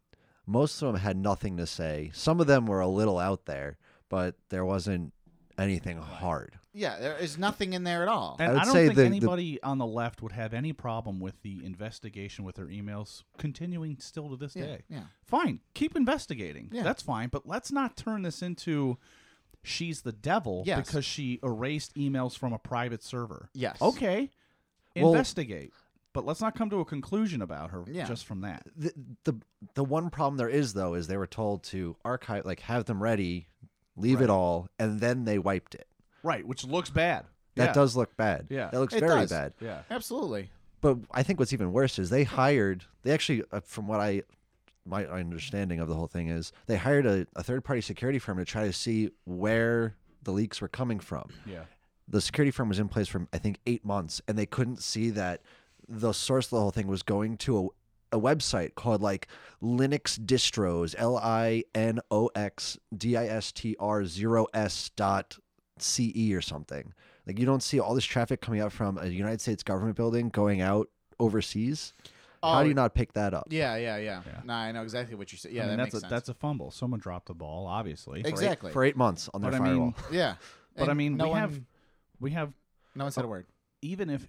I: most of them had nothing to say some of them were a little out there but there wasn't anything hard
E: yeah, there is nothing in there at all.
I: I
F: And
I: would
F: I, don't
I: say
F: think
I: the- the-
F: anybody on the left would have any problem with the investigation with their emails continuing still to this
E: Yeah,
F: day.
E: yeah.
F: Fine. Keep investigating.
E: Yeah.
F: That's fine. But let's not turn this into she's the devil
E: Yes.
F: because she erased emails from a private server.
E: Yes.
F: Okay.
I: Well-
F: Investigate. But let's not come to a conclusion about her
E: Yeah.
F: just from that.
I: the, the the one problem there is though is they were told to archive like have them ready leave it all and then they wiped it
F: Right, which looks bad.
I: that
F: Yeah.
I: does look bad
F: Yeah.
I: that looks
E: It
I: very
E: does.
I: bad
F: Yeah.
E: Absolutely.
I: but I think what's even worse is they hired. They actually, uh, from what I my understanding of the whole thing is, they hired a, a third party security firm to try to see where the leaks were coming from.
F: Yeah.
I: The security firm was in place for I think eight months, and they couldn't see that the source of the whole thing was going to a, a website called like Linux distros, L I N O X D I S T R zero S dot CE or something. Like you don't see all this traffic coming out from a United States government building going out overseas. How
E: Oh,
I: do you not pick that up?
E: Yeah, yeah, yeah. No, I know exactly what you said. Yeah,
F: I mean,
E: that
F: that's a
E: makes sense.
F: that's a fumble. Someone dropped the ball, obviously.
E: exactly.
I: For eight months on their
F: But I
I: firewall.
F: mean,
E: yeah.
F: but
E: And
F: I mean,
E: no
F: we
E: one,
F: have we have
E: no one said a word.
F: even if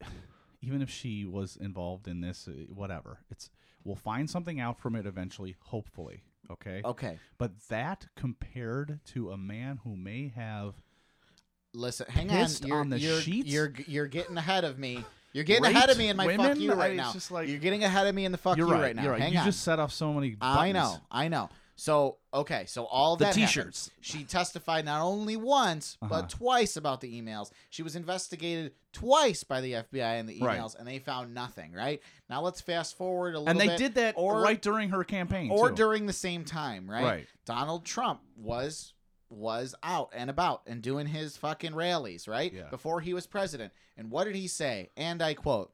F: even if she was involved in this uh, whatever it's we'll find something out from it eventually hopefully okay
E: Okay,
F: but that compared to a man who may have
E: listen. Hang
F: Pissed
E: on. You're,
F: on the
E: you're,
F: sheets?
E: You're you're getting ahead of me. You're getting
F: Raped
E: ahead of me in my fuck
F: women?
E: you right
F: I-
E: now.
F: it's just like-
E: you're getting ahead of me in the fuck
F: you're
E: you
F: right,
E: now.
F: you're right
E: Hang
F: you
E: on.
F: just set off so many buttons.
E: I know. I know. So okay, so all
F: The
E: that happened.
F: t-shirts. Uh-huh.
E: She testified not only once but twice about the emails. She was investigated twice by the FBI in the emails,
F: Right.
E: and they found nothing. Right now, let's fast forward a little.
F: and they
E: bit,
F: did that
E: or
F: right during her campaign
E: or
F: too.
E: during the same time, right?
F: Right.
E: Donald Trump was was out and about and doing his fucking rallies, right?
F: Yeah.
E: Before he was president. And what did he say? And I quote,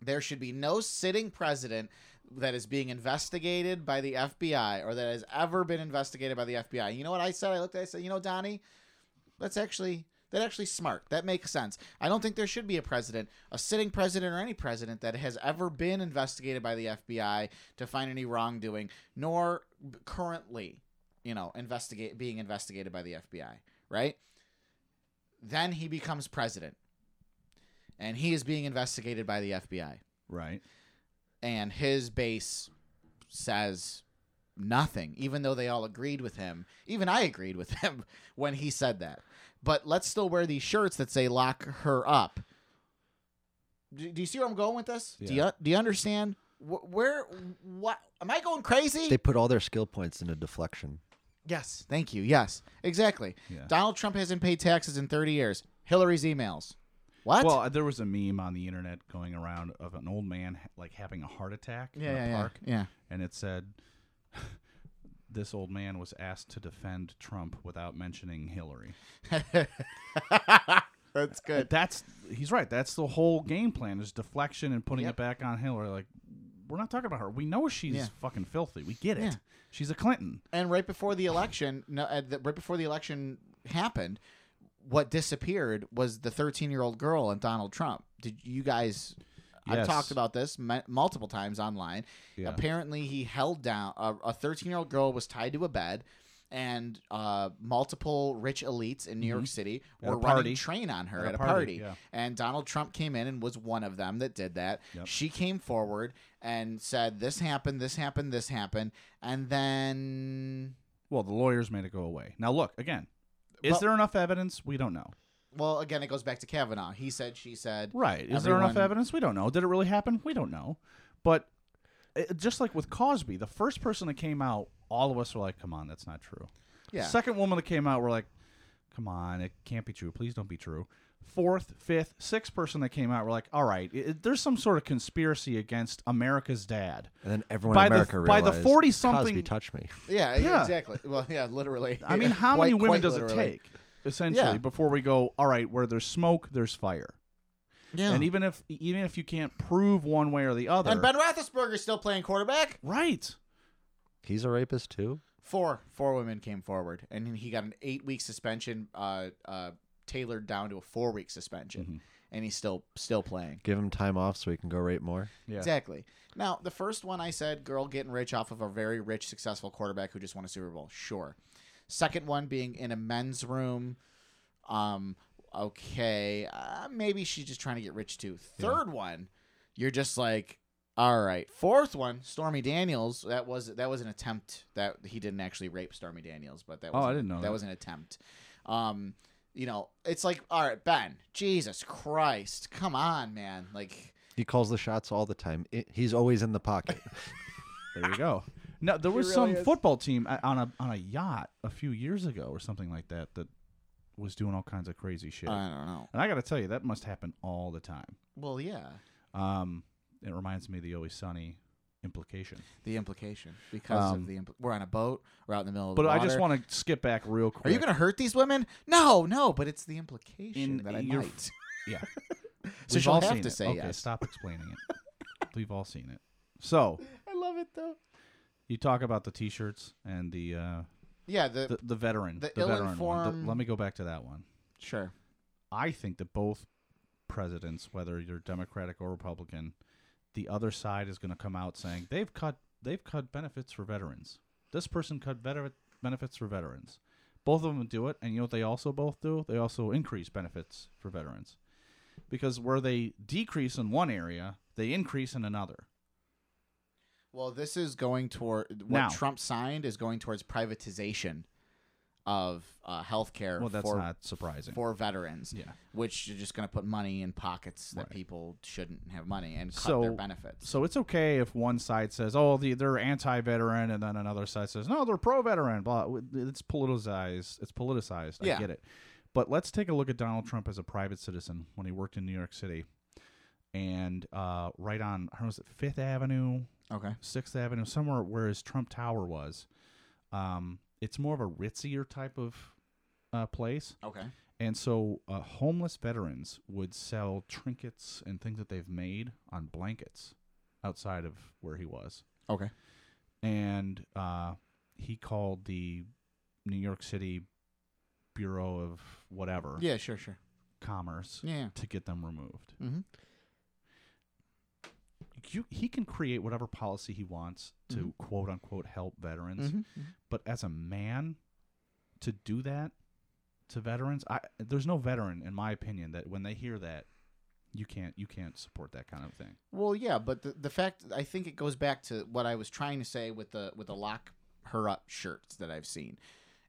E: there should be no sitting president that is being investigated by the FBI or that has ever been investigated by the FBI. You know what I said? I looked at it, I said, you know, Donnie, that's actually that actually smart. That makes sense. I don't think there should be a president, a sitting president or any president that has ever been investigated by the FBI to find any wrongdoing, nor b- currently, you know, investigate being investigated by the FBI, right? Then he becomes president. And he is being investigated by the FBI
F: Right.
E: and his base says nothing even though they all agreed with him even i agreed with him when he said that but let's still wear these shirts that say lock her up do, do you see where i'm going with this do
F: Yeah.
E: you do you understand Wh- where what am i going crazy
I: They put all their skill points into deflection.
E: yes thank you yes exactly
F: Yeah.
E: donald trump hasn't paid taxes in 30 years hillary's emails what
F: Well, there was a meme on the internet going around of an old man like having a heart attack in
E: yeah
F: a
E: yeah,
F: park,
E: yeah yeah
F: and it said, "This old man was asked to defend Trump without mentioning Hillary."
E: that's good
F: Uh, That's he's right. That's the whole game plan is deflection and putting
E: Yep.
F: it back on Hillary. Like we're not talking about her. We know she's
E: Yeah.
F: fucking filthy. We get it.
E: Yeah.
F: She's a Clinton.
E: and right before the election, no, uh, the, right before the election happened, what disappeared was the 13 year old girl and Donald Trump. Did you guys? I've
F: Yes.
E: talked about this m- multiple times online.
F: Yeah.
E: Apparently, he held down a 13 year old girl was tied to a bed, and uh, multiple rich elites in New York City
F: Mm-hmm. At
E: were
F: a party.
E: running train on her at, a party.
F: yeah.
E: And Donald Trump came in and was one of them that did that.
F: Yep.
E: She came forward and said, "This happened. This happened. This happened." And then
F: Well, the lawyers made it go away. Now look again. Is
E: Well-
F: there enough evidence? We don't know.
E: Well, again, it goes back to Kavanaugh. He said, she said.
F: Right. Is there enough
E: Everyone-
F: evidence? We don't know. Did it really happen? We don't know. But it, just like with Cosby, the first person that came out, all of us were like, come on, that's not true.
E: Yeah.
F: Second woman that came out, we're like, come on, it can't be true. Please don't be true. Fourth, fifth, sixth person that came out, we're like, all right, it, it- there's some sort of conspiracy against America's dad.
I: And then everyone
F: By
I: in
F: the-
I: America
F: by
I: realized
F: the 40 something-
I: Cosby touched me.
E: Yeah,
F: Yeah.
E: exactly. Well, yeah, literally.
F: I mean, how
E: Quite-
F: many women
E: quite
F: does
E: literally.
F: it take, essentially,
E: Yeah.
F: before we go, all right, where there's smoke, there's fire.
E: Yeah.
F: And
E: And,
F: even if even if you can't prove one way or the other,
E: Ben Roethlisberger's still playing quarterback.
F: right?
I: He's a rapist too.
E: Four, four women came forward, and then he got an eight-week suspension, uh, uh, tailored down to a four-week suspension,
F: Mm-hmm.
E: and he's still still playing.
I: Give him time off so he can go rape more.
F: Yeah.
E: Exactly. Now, the first one I said, girl getting rich off of a very rich, successful quarterback who just won a Super Bowl. Sure. Second one being in a men's room. Um, okay, uh, maybe she's just trying to get rich too. Third one, you're just like, all right. Fourth one, Stormy Daniels. That was that was an attempt that he didn't actually rape Stormy Daniels, but that
F: Oh,
E: was
F: I didn't know
E: that,
F: that.
E: was an attempt. Um, you know, it's like, all right, Ben, Jesus Christ, come on, man, like.
I: He calls the shots all the time. I he's always in the pocket.
F: There you go. No, there was some football team a- on a on a yacht a few years ago or something like that that was doing all kinds of crazy shit.
E: I don't know.
F: and I got to tell you, that must happen all the time.
E: Well, yeah,
F: Um, it reminds me of the Always Sunny implication.
E: the implication because
F: Um,
E: of the impl- we're on a boat, we're out in the middle of the
F: But I just
E: water.
F: want to skip back real quick.
E: Are you going to hurt these women? No, no, but it's the implication
F: In-
E: that I
F: you're-
E: might.
F: Yeah.
E: So
F: We've
E: she'll
F: all
E: have
F: seen
E: to
F: it.
E: say
F: okay,
E: yes.
F: Stop explaining it. We've all seen it. So
E: I love it though.
F: you talk about the T-shirts and the uh,
E: Yeah, the,
F: the, the veteran,
E: The
F: veteran one. The-
E: ill-informed-
F: let me go back to that one.
E: sure.
F: I think that both presidents, whether you're Democratic or Republican, the other side is going to come out saying they've cut they've cut benefits for veterans. This person cut veteran benefits for veterans. Both of them do it, and you know what they also both do? They also increase benefits for veterans because where they decrease in one area, they increase in another.
E: Well, this is going toward what
F: Now.
E: Trump signed is going towards privatization of uh, healthcare
F: Well, that's
E: for
F: not surprising.
E: for veterans.
F: Yeah.
E: which you're just going to put money in pockets that
F: Right.
E: people shouldn't have money and cut
F: So-
E: their benefits.
F: So it's okay if one side says, "Oh, the, they're anti-veteran," and then another side says, "No, they're pro-veteran." Blah. It's politicized. It's politicized.
E: Yeah.
F: I get it. But let's take a look at Donald Trump as a private citizen when he worked in New York City, and uh, right on, I don't know, was it Fifth Avenue,
E: okay,
F: Sixth Avenue, somewhere where his Trump Tower was. Um, it's more of a ritzier type of uh, place.
E: Okay.
F: And so uh, homeless veterans would sell trinkets and things that they've made on blankets outside of where he was.
E: Okay.
F: And uh, he called the New York City Bureau of whatever
E: Yeah, sure, sure.
F: commerce
E: Yeah.
F: to get them removed.
E: Mhm.
F: You, he can create whatever policy he wants to
E: Mm-hmm.
F: quote unquote help veterans, but as a man, to do that to veterans, I there's no veteran in my opinion that when they hear that, you can't you can't support that kind of thing.
E: Well, yeah, but the, the fact I think it goes back to what I was trying to say with the with the lock her up shirts that I've seen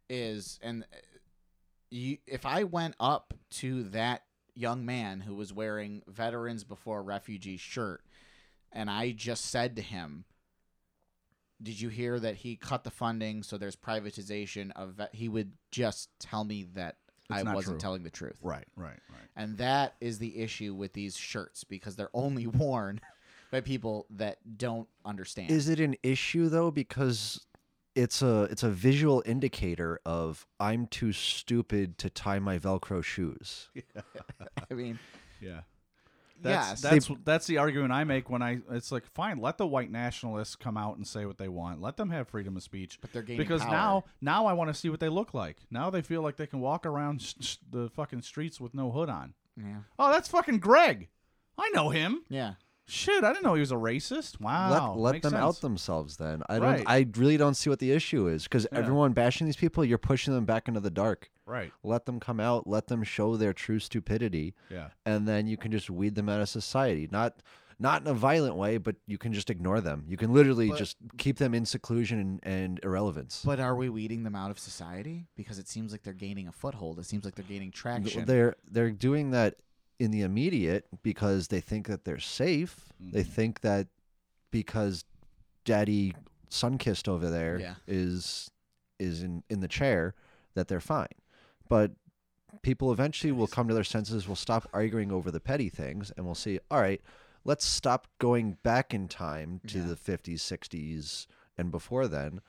E: is and uh, you if I went up to that young man who was wearing veterans before refugee shirt and I just said to him did you hear that he cut the funding so there's privatization of vet-" he would just tell me that I
F: not
E: wasn't
F: true.
E: telling the truth.
F: Right, right, right.
E: And that is the issue with these shirts because they're only worn by people that don't understand.
I: Is it an issue though? Because it's a it's a visual indicator of I'm too stupid to tie my Velcro shoes.
E: I mean,
F: Yeah.
E: Yes.
F: That's that's that's the argument I make when I it's like fine let the white nationalists come out and say what they want let them have freedom of speech but
E: they're gaining
F: because
E: power.
F: now now I want to see what they look like now they feel like they can walk around s- s- the fucking streets with no hood on
E: yeah.
F: oh that's fucking Greg I know him
E: Yeah.
F: shit I didn't know he was a racist wow
I: let let
F: makes
I: them out
F: sense.
I: themselves then. I
F: Right.
I: don't I really don't see what the issue is because everyone bashing these people, you're pushing them back into the dark.
F: right
I: Let them come out, let them show their true stupidity.
F: Yeah.
I: And then you can just weed them out of society. Not not in a violent way, but you can just ignore them. You can literally just keep them in seclusion and, and irrelevance.
E: But are we weeding them out of society? Because it seems like they're gaining a foothold. It seems like they're gaining
I: Th-
E: traction.
I: They're they're doing that in the immediate because they think that they're safe. They think that because Daddy Sunkist over there is
E: Yeah.
I: is in in the chair that they're fine. But people eventually will come to their senses, will stop arguing over the petty things, and will see, all right, let's stop going back in time to the 50s, 60s, and before then.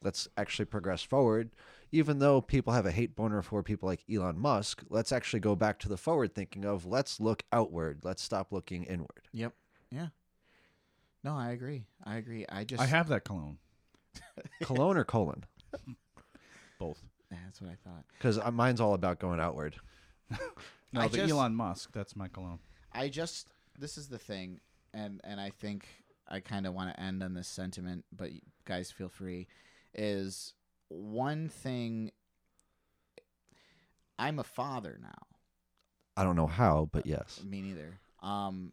I: Let's actually progress forward. Even though people have a hate boner for people like Elon Musk, let's actually go back to the forward thinking of let's look outward. Let's stop looking inward.
E: Yep. Yeah. No, I agree. I agree. I just
F: I have that cologne
I: Cologne or colon?
F: both
E: that's what I thought.
I: Because uh, mine's all about going outward.
F: no
E: I
F: the
E: just-
F: Elon Musk that's my cologne
E: I just this is the thing, and and I think I kind of want to end on this sentiment, but you guys feel free. Is one thing. I'm a father now.
I: I don't know how, but yes.
E: Me neither. Um,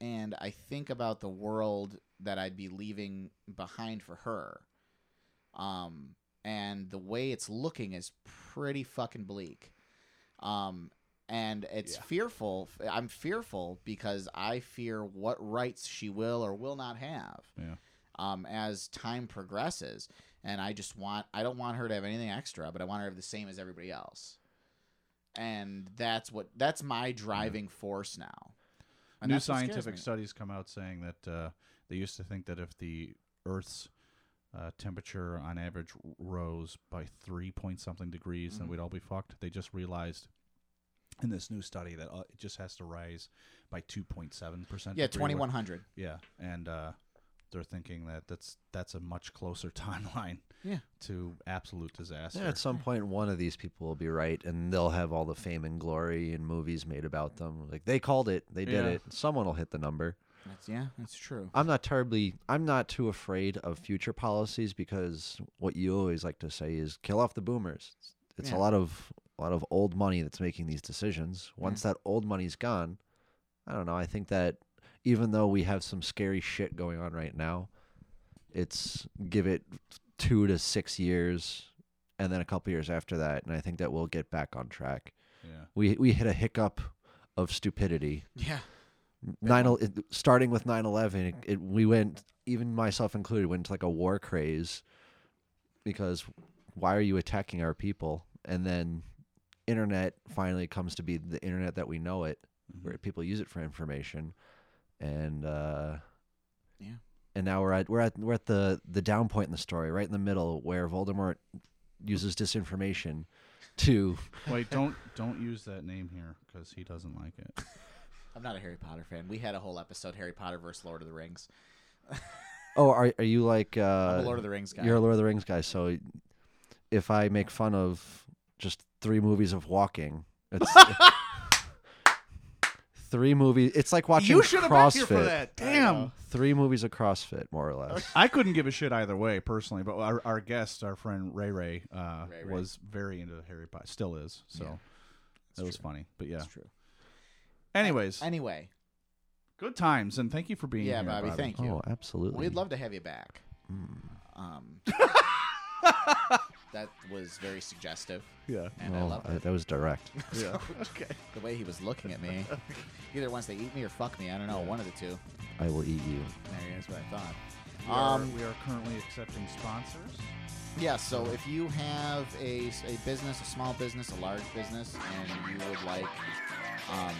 E: and I think about the world that I'd be leaving behind for her. Um, and the way it's looking is pretty fucking bleak. Um, and it's fearful. I'm fearful because I fear what rights she will or will not have.
F: Yeah.
E: Um, as time progresses, and I just want I don't want her to have anything extra, but I want her to have the same as everybody else and that's what that's my driving force now. And
F: New
E: that's what scares
F: scientific
E: me.
F: studies come out saying that uh, they used to think that if the Earth's uh, temperature on average r- rose by three point something degrees,
E: Mm-hmm.
F: then we'd all be fucked. They just realized in this new study that uh, it just has to rise by two point seven percent.
E: Yeah, twenty one hundred.
F: Yeah, and uh, they're thinking that that's that's a much closer timeline.
E: Yeah.
F: to absolute disaster.
I: Yeah, at some point, one of these people will be right, and they'll have all the fame and glory and movies made about them. Like they called it, they did
F: Yeah.
I: it. Someone will hit the number.
E: That's yeah, that's true.
I: I'm not terribly. I'm not too afraid of future policies because what you always like to say is kill off the boomers. It's
E: Yeah.
I: a lot of a lot of old money that's making these decisions. Once that old money's gone, I don't know. I think that even though we have some scary shit going on right now, it's give it two to six years, and then a couple years after that, and I think that we'll get back on track.
F: yeah,
I: We we hit a hiccup of stupidity
E: Yeah,
I: nine el- it- starting with 9-11 it, it, we went even myself included went into like a war craze because why are you attacking our people and then internet finally comes to be the internet that we know it
E: Mm-hmm.
I: where people use it for information and uh
E: Yeah.
I: and now we're at we're at we're at the the down point in the story right in the middle where voldemort uses disinformation to
F: Wait, don't don't use that name here because he doesn't like it.
E: I'm not a Harry Potter fan. We had a whole episode Harry Potter versus Lord of the Rings.
I: Oh, are are you like uh
E: Lord of the Rings guy.
I: You're a Lord of the Rings guy, so if I make fun of just three movies of walking, it's three movies. It's like watching
F: You should have been
I: CrossFit.
F: here for that. Damn.
I: Three movies of CrossFit, more
E: Oh,
I: or less.
F: I couldn't give a shit either way personally, but our, our guest, our friend Ray Ray, uh,
E: Ray Ray.
F: was very into Harry Potter. Still is. So that was funny. But yeah.
E: That's true.
F: Anyways,
E: Anyway,
F: good times and thank you for being
E: yeah,
F: here.
E: Bobby, thank you.
I: Oh, absolutely.
E: We'd love to have you back.
I: Hmm.
E: Um, that was very suggestive,
F: Yeah.
E: and I
I: Well,
E: love
I: I- that was direct.
F: Yeah.
E: the way he was looking at me. Either wants to eat me or fuck me. I don't know. One of the two.
I: I will eat you.
E: There, that's what I thought.
F: We are,
E: Um,
F: we are currently accepting sponsors.
E: yeah. So if you have a, s- a business, a small business, a large business, and you would like um,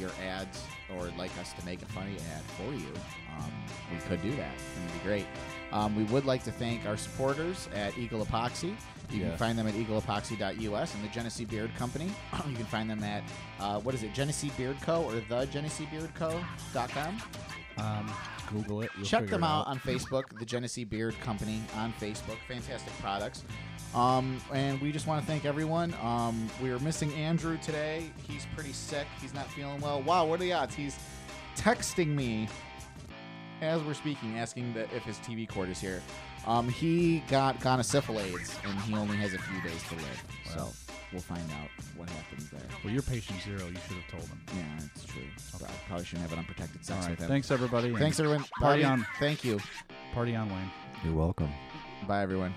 E: your ads or like us to make a funny ad for you, um, we could do that. and It'd be great. Um, we would like to thank our supporters at Eagle Epoxy. You can
F: Yes.
E: find them at eagleepoxy.us and the Genesee Beard Company. you can find them at uh, what is it, Genesee Beard Co. or the Genesee Beard Co.com.
F: Um, Google it. You'll
E: Check
F: figure
E: them
F: it
E: out on Facebook, the Genesee Beard Company on Facebook. Fantastic products. Um, and we just want to thank everyone. Um, we are missing Andrew today. He's pretty sick. He's not feeling well. Wow, what are the odds? He's texting me as we're speaking, asking that if his TV cord is here. Um, he got gonosyphilates, and he only has a few days to live.
F: Wow.
E: So we'll find out what happens there.
F: Well, you're patient zero. You should have told them.
E: Yeah, it's true. I probably shouldn't have an unprotected
F: All
E: sex
F: right.
E: with him.
F: Thanks, everybody. and
E: Thanks, everyone.
F: Party
E: Bobby,
F: on.
E: Thank you.
F: Party on, Wayne.
I: You're welcome.
E: Bye, everyone.